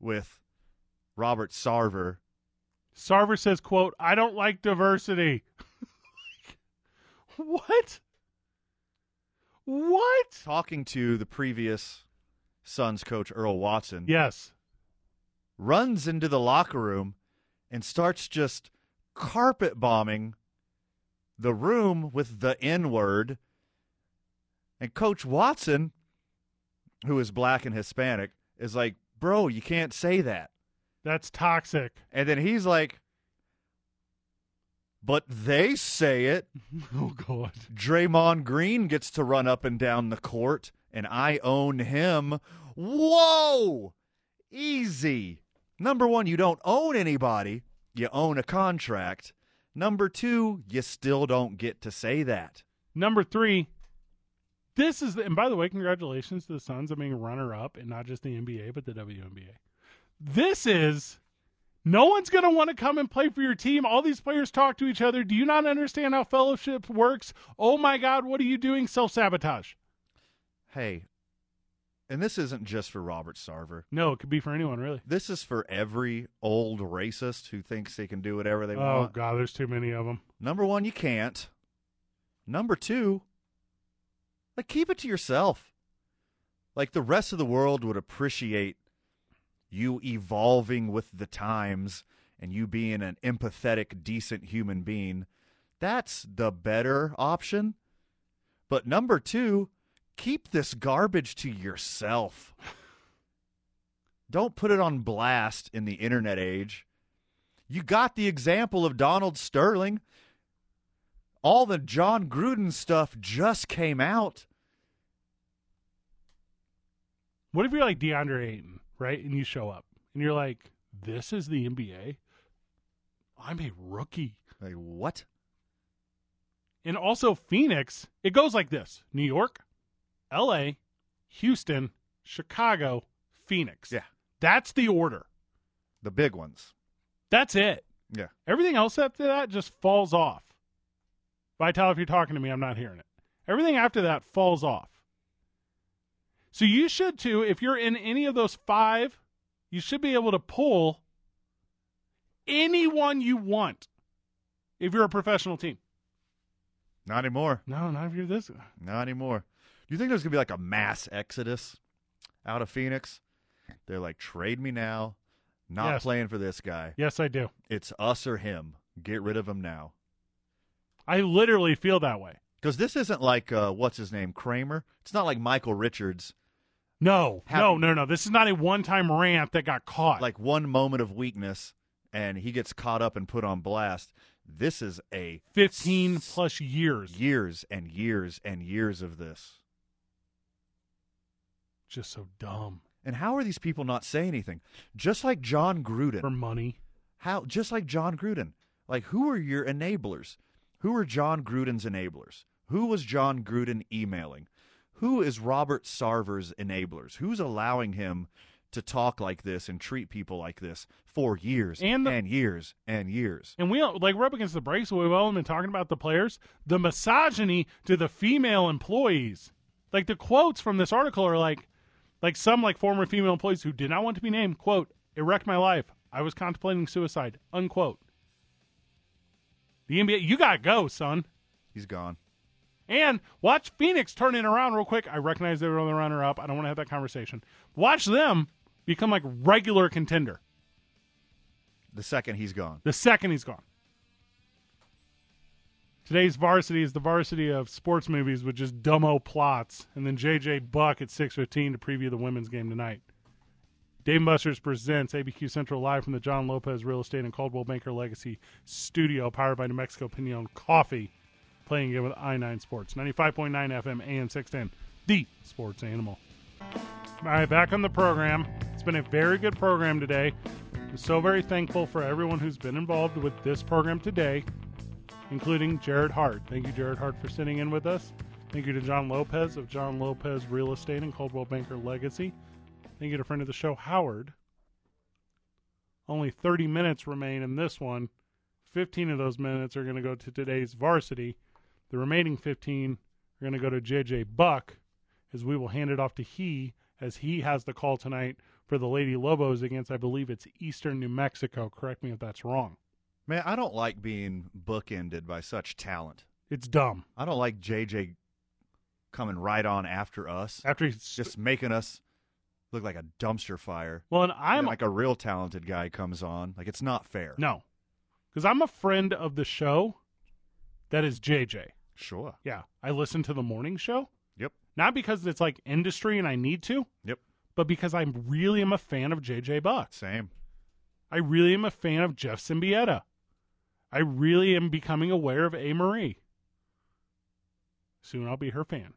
S7: with Robert Sarver.
S6: Sarver says, quote, I don't like diversity. [laughs] what? What?
S7: Talking to the previous Suns coach, Earl Watson.
S6: Yes.
S7: runs into the locker room and starts just carpet bombing the room with the N word. And Coach Watson, who is black and Hispanic, is like, Bro, you can't say that.
S6: That's toxic. [laughs]
S7: And then he's like, But they say it.
S6: Oh, God.
S7: Draymond Green gets to run up and down the court, and I own him. Whoa! Easy. Number one, you don't own anybody, you own a contract. Number two, you still don't get to say that.
S6: Number three, this is, the, and by the way, congratulations to the Suns on being runner up and not just the NBA, but the WNBA. This is, no one's going to want to come and play for your team. All these players talk to each other. Do you not understand how fellowship works? Oh my God, what are you doing? Self sabotage.
S7: Hey, and this isn't just for Robert Sarver.
S6: No, it could be for anyone really.
S7: This is for every old racist who thinks they can do whatever they
S6: Oh
S7: want.
S6: god, there's too many of them.
S7: Number one, you can't. Number two, like keep it to yourself. Like the rest of the world would appreciate you evolving with the times and you being an empathetic, decent human being. That's the better option. But number two, keep this garbage to yourself. Don't put it on blast in the internet age. You got the example of Donald Sterling. All the John Gruden stuff just came out.
S6: What if you're like DeAndre Ayton, right? And you show up and you're like, "This is the NBA. I'm a rookie."
S7: Like what?
S6: And also Phoenix. It goes like this: New York, L.A., Houston, Chicago, Phoenix.
S7: Yeah.
S6: that's the order.
S7: The big ones.
S6: That's it.
S7: Yeah.
S6: Everything else after that just falls off. Vital, if you're talking to me, I'm not hearing it. Everything after that falls off. So you should too, if you're in any of those five, you should be able to pull anyone you want if you're a professional team.
S7: Not anymore.
S6: No, not if you're this.
S7: Not anymore. Do you think there's gonna be like a mass exodus out of Phoenix? They're like, trade me now. Not
S6: Yes.
S7: playing for this guy.
S6: Yes, I do.
S7: It's us or him. Get rid of him now.
S6: I literally feel that way.
S7: Because this isn't like uh, what's his name Kramer. It's not like Michael Richards.
S6: No,
S7: How-
S6: no, no, no. This is not a one time rant that got caught.
S7: Like one moment of weakness, and he gets caught up and put on blast. This is a
S6: 15 plus years.
S7: years and years and years of this.
S6: Just so dumb.
S7: And how are these people not saying anything? Just like John Gruden.
S6: For money.
S7: how just like John Gruden. Like who are your enablers? Who are John Gruden's enablers? Who was John Gruden emailing? Who is Robert Sarver's enablers? Who's allowing him to talk like this and treat people like this for years
S6: And the-
S7: and years and years?
S6: and we don't like we're up against the breaks. We've all been talking about the players, the misogyny to the female employees. Like the quotes from this article are like, like some like former female employees who did not want to be named. Quote: "It wrecked my life. I was contemplating suicide." Unquote. The NBA, you gotta go, son.
S7: He's gone.
S6: And watch Phoenix turn it around real quick. I recognize they were the runner up. I don't want to have that conversation. Watch them become like regular contender
S7: The second he's gone.
S6: the second he's gone. Today's varsity is the varsity of sports movies with just dumbo plots, and then JJ Buck at six fifteen to preview the women's game tonight. Dave and Buster's presents ABQ Central live from the John Lopez Real Estate and Caldwell Banker Legacy Studio, powered by New Mexico Pinon Coffee. Playing again with I nine Sports, ninety five point nine FM, AM six ten, the Sports Animal. All right, back on the program. It's been a very good program today. I'm so very thankful for everyone who's been involved with this program today, including Jared Hart. Thank you, Jared Hart, for sitting in with us. Thank you to John Lopez of John Lopez Real Estate and Coldwell Banker Legacy. Thank you to friend of the show, Howard. Only 30 minutes remain in this one. 15 of those minutes are going to go to today's varsity. The remaining 15 are going to go to JJ Buck as we will hand it off to he as he has the call tonight for the Lady Lobos against, I believe it's Eastern New Mexico. Correct me if that's wrong.
S7: Man, I don't like being bookended by such talent.
S6: It's dumb.
S7: I don't like JJ coming right on after us,
S6: After he's
S7: just making us look like a dumpster fire.
S6: well, and
S7: And
S6: I'm
S7: then, like a real talented guy comes on. Like it's not fair.
S6: no, because I'm a friend of the show. That is JJ.
S7: Sure.
S6: Yeah, I listen to the morning show
S7: Yep.
S6: not because it's like industry and I need to,
S7: Yep.
S6: but because I really am a fan of JJ Buck.
S7: Same.
S6: I really am a fan of Jeff Symbieta. I really am becoming aware of A. Marie. Soon I'll be her fan.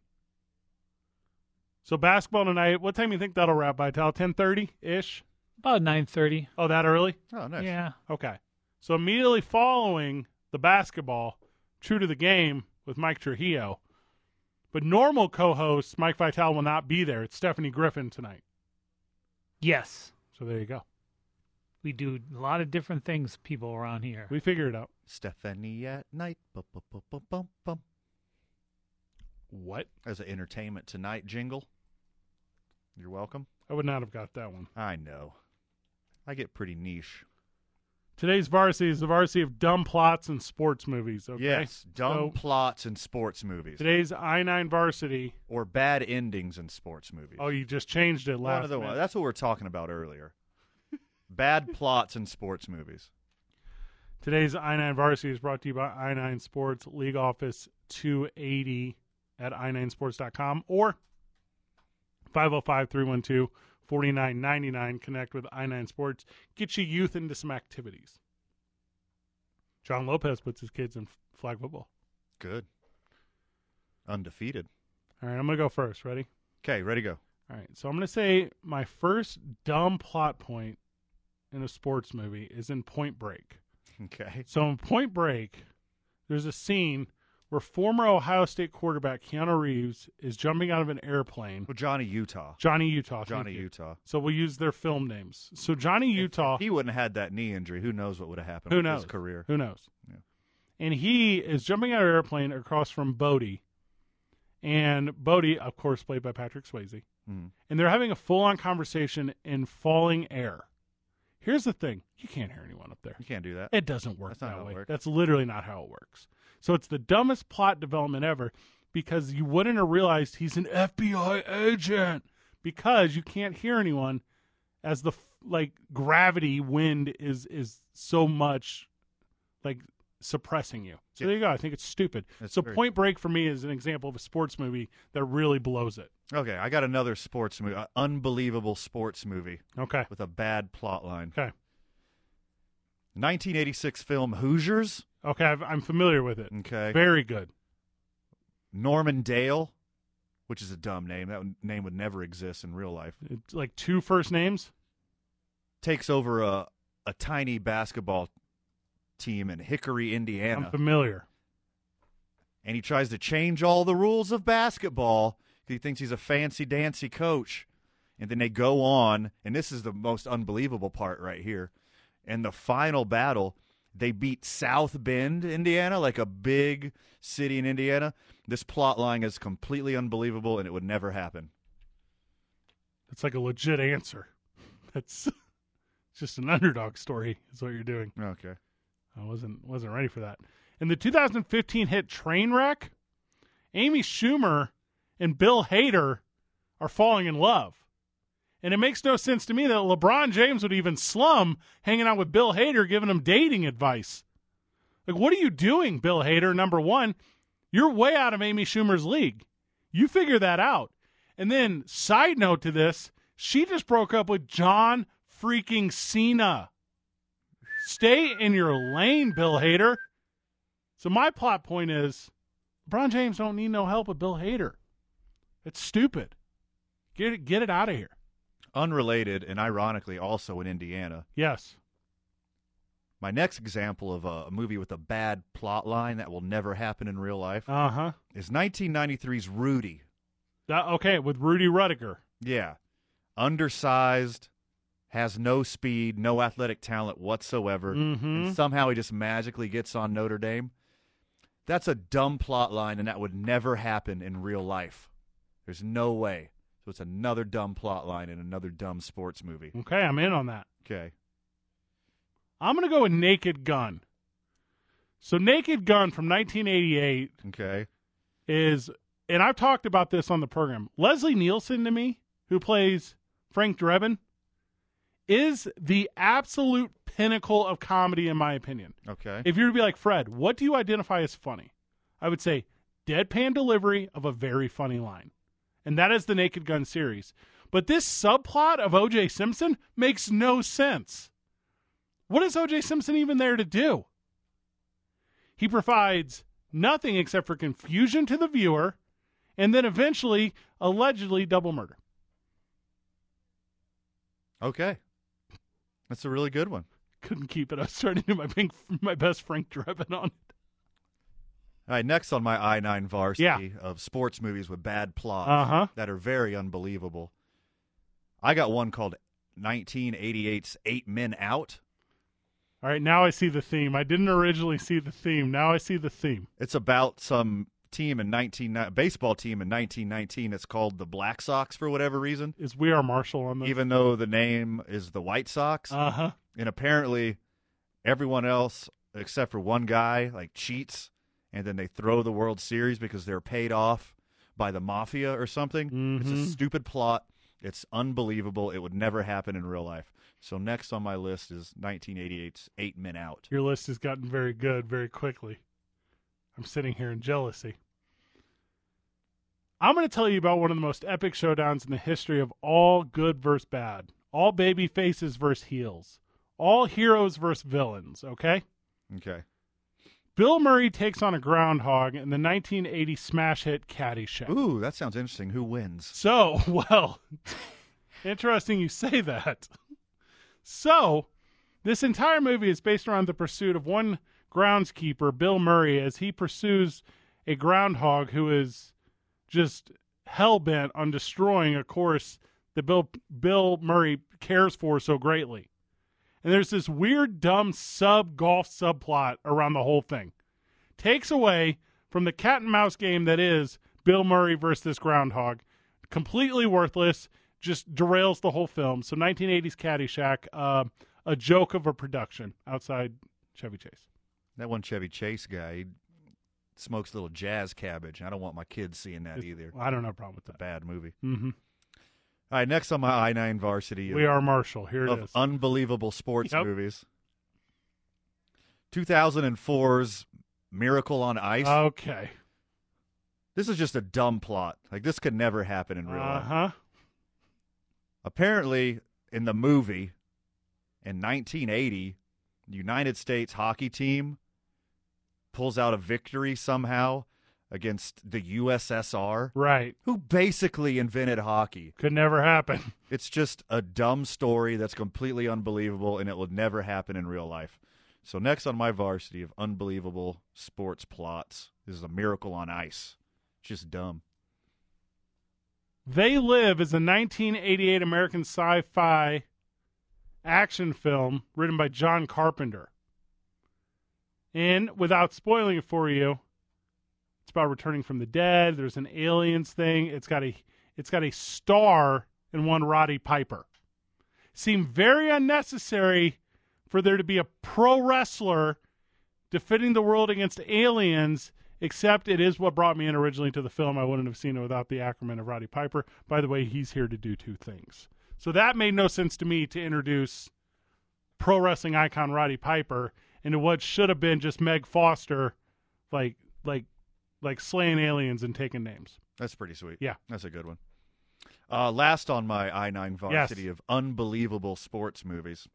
S6: So basketball tonight. What time do you think that'll wrap by? Tal ten thirty ish.
S2: About nine thirty.
S6: Oh, that early?
S7: Oh, nice.
S2: Yeah.
S6: Okay. So immediately following the basketball, true to the game with Mike Trujillo. But normal co-host Mike Vitale will not be there. It's Stephanie Griffin tonight.
S2: Yes.
S6: So there you go.
S2: We do a lot of different things, people around here.
S6: We figure it out.
S7: Stephanie at night. Bum, bum, bum, bum, bum, bum.
S6: What?
S7: As an entertainment tonight jingle. You're welcome.
S6: I would not have got that one.
S7: I know. I get pretty niche.
S6: Today's varsity is the varsity of dumb plots and sports movies. Okay?
S7: Yes, dumb
S6: So,
S7: plots in sports movies
S6: today's I nine varsity.
S7: or bad endings in sports movies.
S6: Oh, you just changed it
S7: One
S6: last.
S7: of the-
S6: minute.
S7: That's what we we're talking
S6: [laughs]
S7: about earlier. bad plots in sports movies.
S6: Today's I 9 Varsity is brought to you by I 9 Sports, League Office 280 at i9sports.com or 505 312 4999. Connect with I 9 Sports. Get your youth into some activities. John Lopez puts his kids in f- flag football.
S7: Good. Undefeated.
S6: All right, I'm going to go first. Ready?
S7: Okay, ready to go. [laughs]
S6: All right, so I'm going to say my first dumb plot point in a sports movie is in Point Break.
S7: Okay.
S6: So in Point Break, there's a scene where former Ohio State quarterback Keanu Reeves is jumping out of an airplane.
S7: Well, Johnny Utah.
S6: Johnny Utah. thank
S7: Johnny
S6: you.
S7: Utah.
S6: So we'll use their film names. So Johnny Utah.
S7: He wouldn't have had that knee injury. Who knows what would have happened
S6: Who
S7: with
S6: knows?
S7: his career?
S6: Who knows? And he is jumping out of an airplane across from Bodie. And Bodie, of course, played by Patrick Swayze.
S7: Mhm.
S6: And they're having a full on conversation in falling air. Here's the thing you can't hear anyone up there.
S7: You can't do that.
S6: It doesn't work
S7: That's not
S6: that
S7: how it
S6: way.
S7: works.
S6: That's literally not how it works. So it's the dumbest plot development ever because you wouldn't have realized he's an FBI agent because you can't hear anyone as the f- like gravity wind is is so much like suppressing you. So there you go. I think it's stupid.
S7: That's
S6: so
S7: very-
S6: Point Break for me is an example of a sports movie that really blows it.
S7: Okay, I got another sports movie. a unbelievable sports movie
S6: Okay.
S7: with a bad plot line.
S6: Okay.
S7: 1986 film Hoosiers.
S6: Okay, I've, I'm familiar with it.
S7: Okay.
S6: Very good.
S7: Norman Dale, which is a dumb name. That name would never exist in real life.
S6: It's like two first names.
S7: Takes over a a tiny basketball team in Hickory, Indiana,
S6: I'm familiar.
S7: and he tries to change all the rules of basketball. 'cause He thinks he's a fancy dancy coach, and then they go on, and this is the most unbelievable part right here. And the final battle, they beat South Bend, Indiana, like a big city in Indiana. This plot line is completely unbelievable, and it would never happen.
S6: That's like a legit answer. [laughs] That's [laughs] just an underdog story is what you're doing.
S7: Okay.
S6: I wasn't wasn't ready for that. In the 2015 hit Trainwreck, Amy Schumer and Bill Hader are falling in love. And it makes no sense to me that LeBron James would even slum hanging out with Bill Hader giving him dating advice. Like what are you doing, Bill Hader? Number 1, you're way out of Amy Schumer's league. You figure that out. And then, side note to this, she just broke up with John freaking Cena. Stay in your lane, Bill Hader. So my plot point is LeBron James don't need no help with Bill Hader. It's stupid. Get it, get it out of here.
S7: unrelated and ironically also in Indiana.
S6: Yes.
S7: My next example of a, a movie with a bad plot line that will never happen in real life
S6: Uh huh.
S7: is 1993's Rudy.
S6: That okay with Rudy Rudiger.
S7: Yeah. Undersized, has no speed, no athletic talent whatsoever,
S6: Mhm.
S7: and somehow he just magically gets on Notre Dame. That's a dumb plot line and that would never happen in real life. There's no way. So it's another dumb plot line in another dumb sports movie.
S6: Okay, I'm in on that.
S7: Okay.
S6: I'm gonna go with Naked Gun. So Naked Gun from 1988
S7: Okay.
S6: is, and I've talked about this on the program. Leslie Nielsen to me, who plays Frank Drebin, is the absolute pinnacle of comedy in my opinion.
S7: Okay.
S6: If you were to be like Fred, what do you identify as funny? I would say deadpan delivery of a very funny line, and that is the Naked Gun series. But this subplot of O.J. Simpson makes no sense. What is O.J. Simpson even there to do? He provides nothing except for confusion to the viewer, and then eventually, allegedly, double murder.
S7: Okay. That's a really good one.
S6: Couldn't keep it. I was starting to do my, pink, my best Frank Drebin on it.
S7: All right, next on my I nine varsity
S6: Yeah.
S7: of sports movies with bad plots
S6: Uh-huh.
S7: that are very unbelievable. I got one called 1988's Eight Men Out.
S6: All right, now I see the theme. I didn't originally see the theme. Now I see the theme.
S7: It's about some team in 19 ni- baseball team in 1919 that's called the Black Sox for whatever reason.
S6: Is we are Marshall on the
S7: even though the name is the White
S6: [laughs]
S7: Sox.
S6: Uh-huh.
S7: And apparently everyone else except for one guy like cheats and then they throw the World Series because they're paid off by the mafia or something. It's
S6: Mhm.
S7: a stupid plot. It's unbelievable. It would never happen in real life. So next on my list is 1988's Eight Men Out.
S6: Your list has gotten very good very quickly. I'm sitting here in jealousy. I'm going to tell you about one of the most epic showdowns in the history of all good versus bad, all baby faces versus heels, all heroes versus villains, okay?
S7: Okay.
S6: Bill Murray takes on a groundhog in the 1980 smash hit Caddyshack.
S7: Ooh, that sounds interesting. Who wins?
S6: So, [laughs] well, interesting you say that. So, this entire movie is based around the pursuit of one groundskeeper, Bill Murray, as he pursues a groundhog who is just hell bent on destroying a course that Bill Bill Murray cares for so greatly. And there's this weird, dumb sub golf subplot around the whole thing. Takes away from the cat and mouse game that is Bill Murray versus this groundhog. Completely worthless. Just derails the whole film. So 1980s Caddyshack, uh, a joke of a production outside Chevy Chase.
S7: That one Chevy Chase guy, he smokes a little jazz cabbage. I don't want my kids seeing that either.
S6: I don't have a problem with
S7: that. bad movie.
S6: Mhm.
S7: All right, next on my I nine varsity.
S6: We are Marshall. Here it
S7: of
S6: is.
S7: Unbelievable sports
S6: Yep.
S7: movies. 2004's Miracle on Ice.
S6: Uh, Okay.
S7: This is just a dumb plot. Like this could never happen in real
S6: Uh
S7: life.
S6: huh.
S7: Apparently, in the movie in 1980, the United States hockey team pulls out a victory somehow against the USSR.
S6: Right.
S7: Who basically invented hockey.
S6: Could never happen.
S7: It's just a dumb story that's completely unbelievable and it would never happen in real life. So next on my varsity of unbelievable sports plots is a miracle on ice. Just dumb.
S6: They Live is a 1988 American sci fi action film written by John Carpenter. And without spoiling it for you, it's about returning from the dead. There's an aliens thing. It's got a it's got a star and one Roddy Piper. Seemed very unnecessary for there to be a pro wrestler defending the world against aliens, except it is what brought me in originally to the film. I wouldn't have seen it without the acronym of Roddy Piper. By the way, he's here to do two things. So that made no sense to me to introduce pro wrestling icon Roddy Piper into what should have been just Meg Foster, like like like slaying aliens and taking names.
S7: That's pretty sweet.
S6: Yeah.
S7: That's a good one. Uh, last on my I 9 varsity of unbelievable sports movies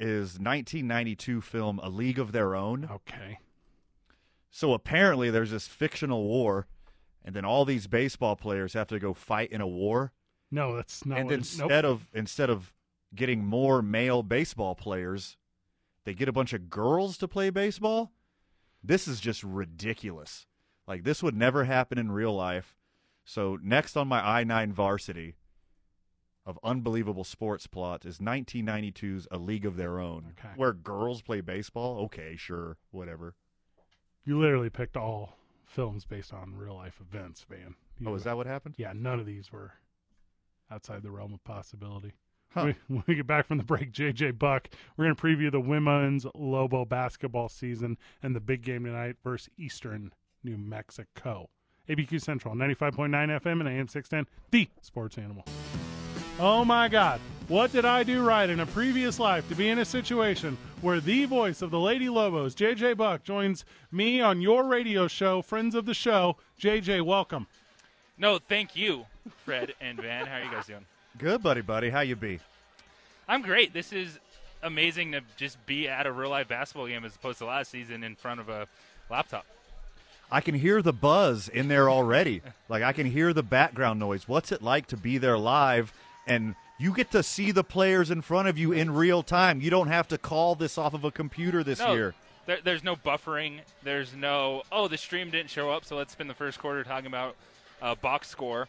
S7: is 1992 film A League of Their Own.
S6: Okay.
S7: So apparently there's this fictional war, and then all these baseball players have to go fight in a war.
S6: No, that's not.
S7: and
S6: what it- nope.
S7: instead of instead of getting more male baseball players, they get a bunch of girls to play baseball. This is just ridiculous. Like this would never happen in real life. So next on my I nine varsity of unbelievable sports plot is 1992's A League of Their Own,
S6: Okay.
S7: where girls play baseball. Okay, sure, whatever. Oh,
S6: you literally picked all films based on real life events, man. You
S7: Oh, is that what happened?
S6: Yeah, none of these were outside the realm of possibility.
S7: Huh.
S6: When we- [laughs] when we get back from the break, JJ Buck, we're going to preview the women's Lobo basketball season and the big game tonight versus Eastern New Mexico. ABQ Central, 95.9 FM and AM 610, the sports animal. Oh my God, what did I do right in a previous life to be in a situation where the voice of the Lady Lobos, JJ Buck, joins me on your radio show, Friends of the Show? JJ, welcome.
S11: No, thank you, Fred and Van. How are you guys doing?
S7: Good, buddy, buddy. How you be?
S11: I'm great. This is amazing to just be at a real life basketball game as opposed to last season in front of a laptop.
S7: I can hear the buzz in there already. Like I can hear the background noise. What's it like to be there live and you get to see the players in front of you in real time. You don't have to call this off of a computer this
S11: no,
S7: year.
S11: There, there's no buffering. There's no oh the stream didn't show up, so let's spend the first quarter talking about uh, box score.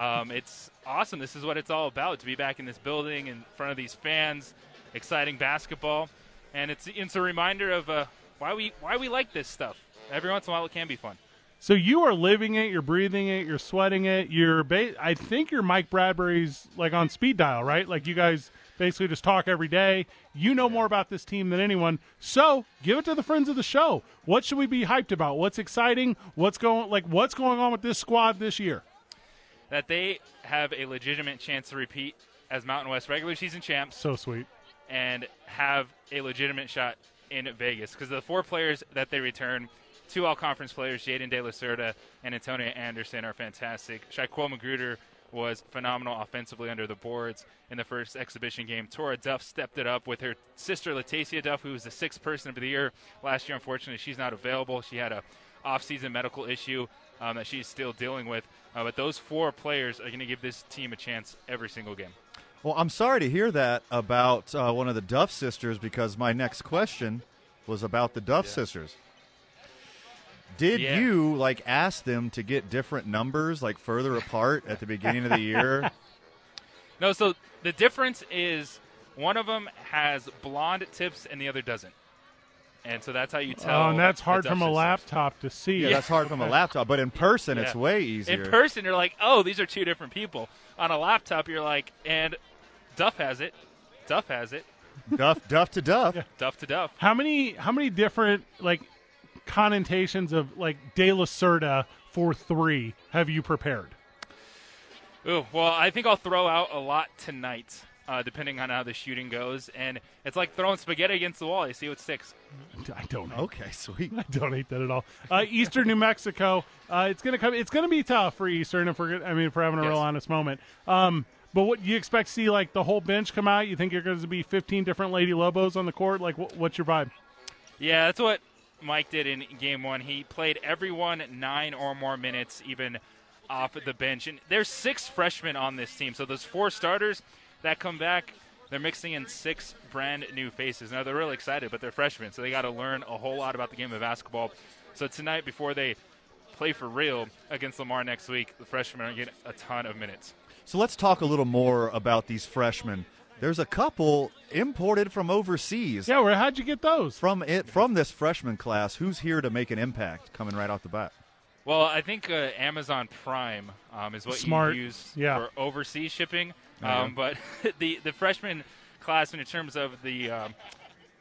S11: Um, it's awesome. This is what it's all about to be back in this building in front of these fans, exciting basketball, and it's it's a reminder of uh, why we why we like this stuff. Every once in a while, it can be fun.
S6: So you are living it, you're breathing it, you're sweating it. You're ba- I think you're Mike Bradbury's like on speed dial, right? Like you guys basically just talk every day. You know more about this team than anyone. So, give it to the friends of the show. What should we be hyped about? What's exciting? What's going like what's going on with this squad this year?
S9: that they have a legitimate chance to repeat as Mountain West regular season champs
S6: So sweet.
S9: and have a legitimate shot in Vegas because the four players that they return, two all conference players, Jaden De La Cerda and Antonio Anderson, are fantastic. Shaquille Magruder was phenomenal offensively under the boards in the first exhibition game. Tora Duff stepped it up with her sister Latasia Duff, who was the sixth person of the year last year. Unfortunately, she's not available. She had a off-season medical issue um, that she's still dealing with. Uh, but those four players are going to give this team a chance every single game.
S7: Well, I'm sorry to hear that about uh, one of the Duff sisters because my next question was about the Duff sisters. Did
S9: Yeah.
S7: you like ask them to get different numbers like further apart at the beginning of
S9: [laughs]
S7: the year?
S9: No, so the difference is one of them has blonde tips and the other doesn't. And so that's how you tell.
S6: Oh, and that's
S9: the
S6: hard
S9: Dutch
S6: from a
S9: sisters.
S6: laptop to see.
S7: Yeah, that's hard from a
S6: Okay.
S7: laptop, but in person it's
S9: Yeah.
S7: way easier.
S9: In person, you're like, oh, these are two different people. On a laptop, you're like, and Duff has it. Duff has it.
S7: Duff Duff to Duff.
S9: Duff to Duff.
S6: How many how many different like connotations of like De La Cerda for three have you prepared?
S9: Ooh, well, I think I'll throw out a lot tonight, uh, depending on how the shooting goes. And it's like throwing spaghetti against the wall. You see what sticks.
S6: I don't.
S7: Okay, [laughs] sweet.
S6: [laughs] I don't hate that at all. Uh, Eastern New Mexico. Uh, it's gonna come. It's gonna be tough for Eastern if we're. gonna- I mean, if we're having a real honest moment. Um, but what you expect to see like the whole bench come out? You think you're going to be 15 different Lady Lobos on the court? Like, what, what's your vibe?
S9: Yeah, that's what Mike did in game one. He played everyone nine or more minutes, even off the bench. And there's six freshmen on this team. So those four starters that come back, they're mixing in six brand new faces. Now, they're really excited, but they're freshmen. So they got to learn a whole lot about the game of basketball. So tonight, before they play for real against Lamar next week, the freshmen are getting a ton of minutes.
S7: So let's talk a little more about these freshmen. There's a couple imported from overseas.
S6: Yeah, where how'd you get those?
S7: From it from this freshman class. Who's here to make an impact coming right off the bat?
S9: Well, I think uh, Amazon Prime um, is what
S7: Smart.
S9: you use
S7: Yeah.
S9: for overseas shipping.
S7: Yeah.
S9: Um, But [laughs] the the freshman class, in terms of the um,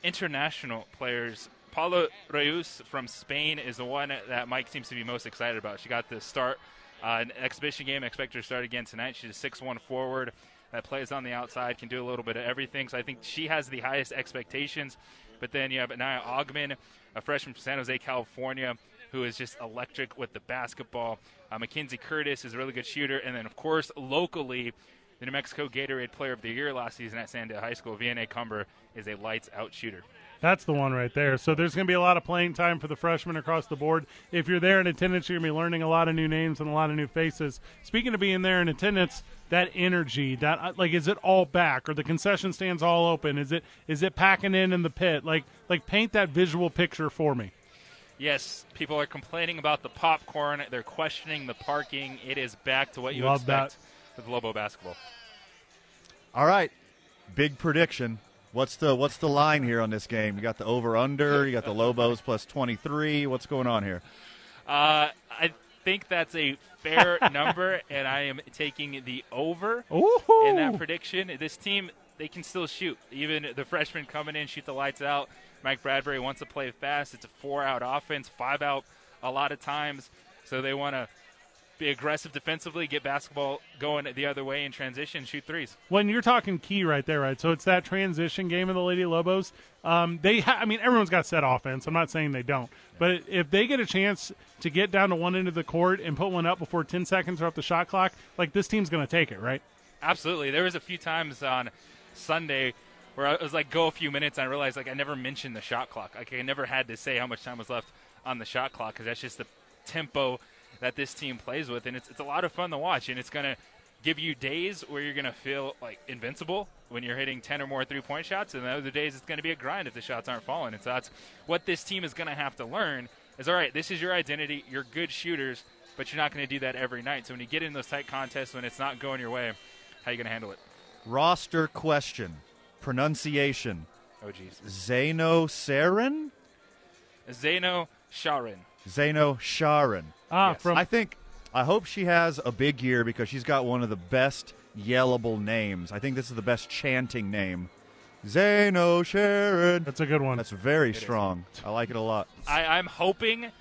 S9: international players, Paulo Reus from Spain is the one that Mike seems to be most excited about. She got the start uh, an exhibition game. I expect her to start again tonight. She's a six-one forward that plays on the outside, can do a little bit of everything. So I think she has the highest expectations. But then you have Anaya Ogman, a freshman from San Jose, California, who is just electric with the basketball. Uh, Mackenzie Curtis is a really good shooter. And then, of course, locally, the New Mexico Gatorade Player of the Year last season at Sandia High School, Vianney Cumber, is a lights out shooter.
S6: That's the one right there. So there's going to be a lot of playing time for the freshmen across the board. If you're there in attendance, you're going to be learning a lot of new names and a lot of new faces. Speaking of being there in attendance, that energy, that uh, like, is it all back? Or the concession stands all open? Is it is it packing in in the pit? Like like paint that visual picture for me.
S9: Yes, people are complaining about the popcorn. They're questioning the parking. It is back to what you
S7: Love
S9: expect with Lobo basketball.
S7: All right. Big prediction. What's the what's the line here on this game? You got the over under, you got the Lobos plus 23. What's going on here?
S9: Uh, I think that's a fair number, and I am taking the over in that prediction. This team, they can still shoot. Even the freshmen coming in shoot the lights out. Mike Bradbury wants to play fast. It's a four-out offense, five-out a lot of times. So they want to be aggressive defensively, get basketball going the other way in transition, shoot threes.
S6: when you're talking key right there, right? So it's that transition game of the Lady Lobos. Um, they, ha- I mean, everyone's got set offense. I'm not saying they don't, but if they get a chance to get down to one end of the court and put one up before 10 seconds are off the shot clock, like this team's going to take it, right?
S9: Absolutely. There was a few times on Sunday where I was like, go a few minutes, and I realized like I never mentioned the shot clock. Like I never had to say how much time was left on the shot clock because that's just the tempo that this team plays with, and it's it's a lot of fun to watch, and it's gonna give you days where you're gonna feel like invincible when you're hitting 10 or more three-point shots, and the other days it's gonna be a grind if the shots aren't falling. And so that's what this team is gonna have to learn is all right, this is your identity. You're good shooters, but you're not gonna do that every night. So when you get in those tight contests when it's not going your way, how you gonna handle it?
S7: Roster question. Pronunciation.
S9: Oh, jeez.
S7: Zeno Sarin?
S9: Zeno
S11: Sharon.
S7: Zeno Sharon.
S2: Ah,
S11: from-
S7: I think I hope she has a big year because she's got one of the best yellable names. I think this is the best chanting name. Zeno Sharon.
S6: That's a good one.
S7: That's very strong. I like it a lot.
S11: I, I'm hoping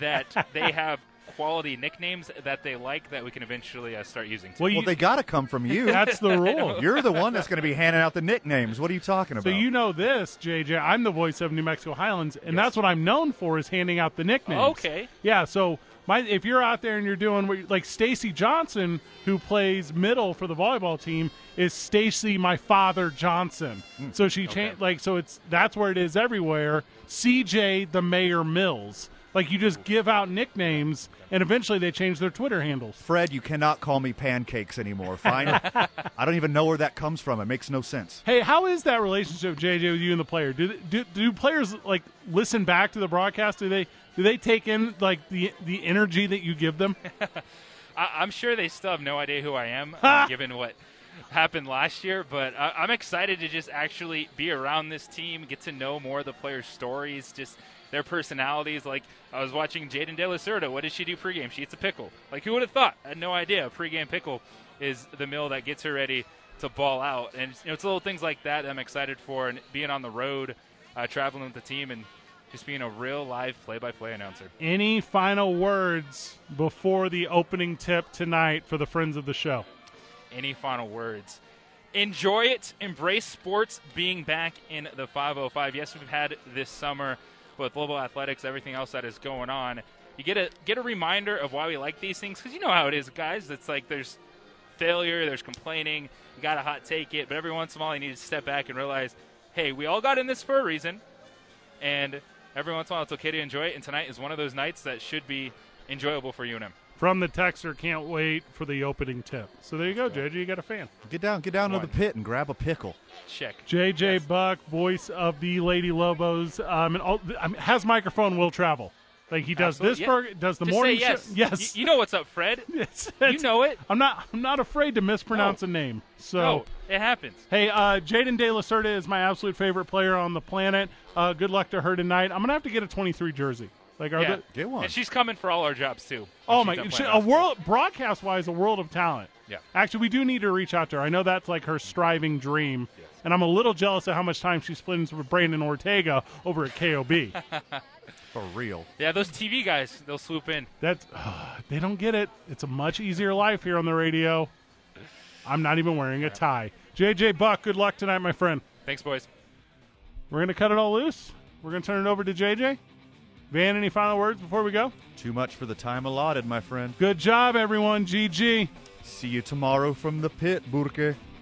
S11: that they have quality nicknames that they like that we can eventually uh, start using. too.
S7: Well, they got to come from you. [laughs]
S6: That's the rule.
S7: You're the one that's going to be handing out the nicknames. What are you talking
S6: So
S7: about?
S6: you know this, JJ. I'm the voice of New Mexico Highlands, and that's what I'm known for is handing out the nicknames.
S11: Okay.
S6: Yeah. So my if you're out there and you're doing what you- like Stacy Johnson, who plays middle for the volleyball team, is Stacy my father Johnson.
S7: Hmm.
S6: so she changed like so it's that's where it is everywhere. CJ the Mayor Mills. Like you just give out nicknames, and eventually they change their Twitter handles.
S7: Fred, you cannot call me pancakes
S6: [laughs]
S7: anymore. Fine. I don't even know where that comes from. It makes no sense.
S6: Hey, how is that relationship, JJ, with you and the player? Do, do do players like listen back to the broadcast? Do they do they take in like the the energy that you give them?
S11: I, I'm sure they still have no idea who I am, uh, given what happened last year. But I, I'm excited to just actually be around this team, get to know more of the players' stories, just their personalities. Like I was watching Jaden De La Cerda. What does she do pregame? She eats a pickle. Like who would have thought? I had no idea. A pregame pickle is the meal that gets her ready to ball out, and you know, it's little things like that, that I'm excited for, and being on the road, uh, traveling with the team, and just being a real live play-by-play announcer.
S6: Any final words before the opening tip tonight for the friends of the show?
S11: any final words. Enjoy it. Embrace sports being back in the 505. Yes, we've had this summer with Global Athletics, everything else that is going on. You get a get a reminder of why we like these things because you know how it is, guys. It's like there's failure, there's complaining. You got to hot take it, but every once in a while you need to step back and realize, hey, we all got in this for a reason, and every once in a while it's okay to enjoy it. And tonight is one of those nights that should be enjoyable for UNM.
S6: From the texter, can't wait for the opening tip. So there you go, JJ. You got a fan.
S7: Get down, get down
S6: to
S7: to the pit and grab a pickle.
S11: Check.
S6: JJ Buck, voice of the Lady Lobos, um, and all, I mean, has microphone will travel. Like he does
S11: Absolutely,
S6: this
S11: yeah.
S6: program, does the
S11: Just
S6: morning
S11: say yes.
S6: show. Yes,
S11: Y- you know what's up,
S6: [laughs]
S11: Fred. you know it.
S6: I'm not. I'm not afraid to mispronounce a name. So
S11: No, it happens.
S6: Hey, uh, Jaden De La Cerda is my absolute favorite player on the planet. Uh, good luck to her tonight. I'm gonna have to get a 23 jersey. Like, are
S11: Yeah.
S6: the,
S11: And she's coming for all our jobs too.
S6: Oh
S11: She's
S6: my!
S11: done
S6: She,
S11: playing
S6: a world broadcast wise, a world of talent.
S11: Yeah.
S6: Actually, we do need to reach out to her. I know that's like her striving dream, and I'm a little jealous of how much time she spends with Brandon Ortega over
S11: [laughs]
S6: at KOB.
S11: basketball.
S7: For real.
S11: yeah, those TV guys, they'll swoop in.
S6: That's they don't get it. It's a much easier life here on the radio. I'm not even wearing a tie. JJ Buck, good luck tonight, my friend.
S11: Thanks, boys.
S6: We're gonna cut it all loose. We're gonna turn it over to JJ. Van, any final words before we go?
S7: Too much for the time allotted, my friend.
S6: Good job, everyone. GG.
S7: See you tomorrow from the pit, Burke.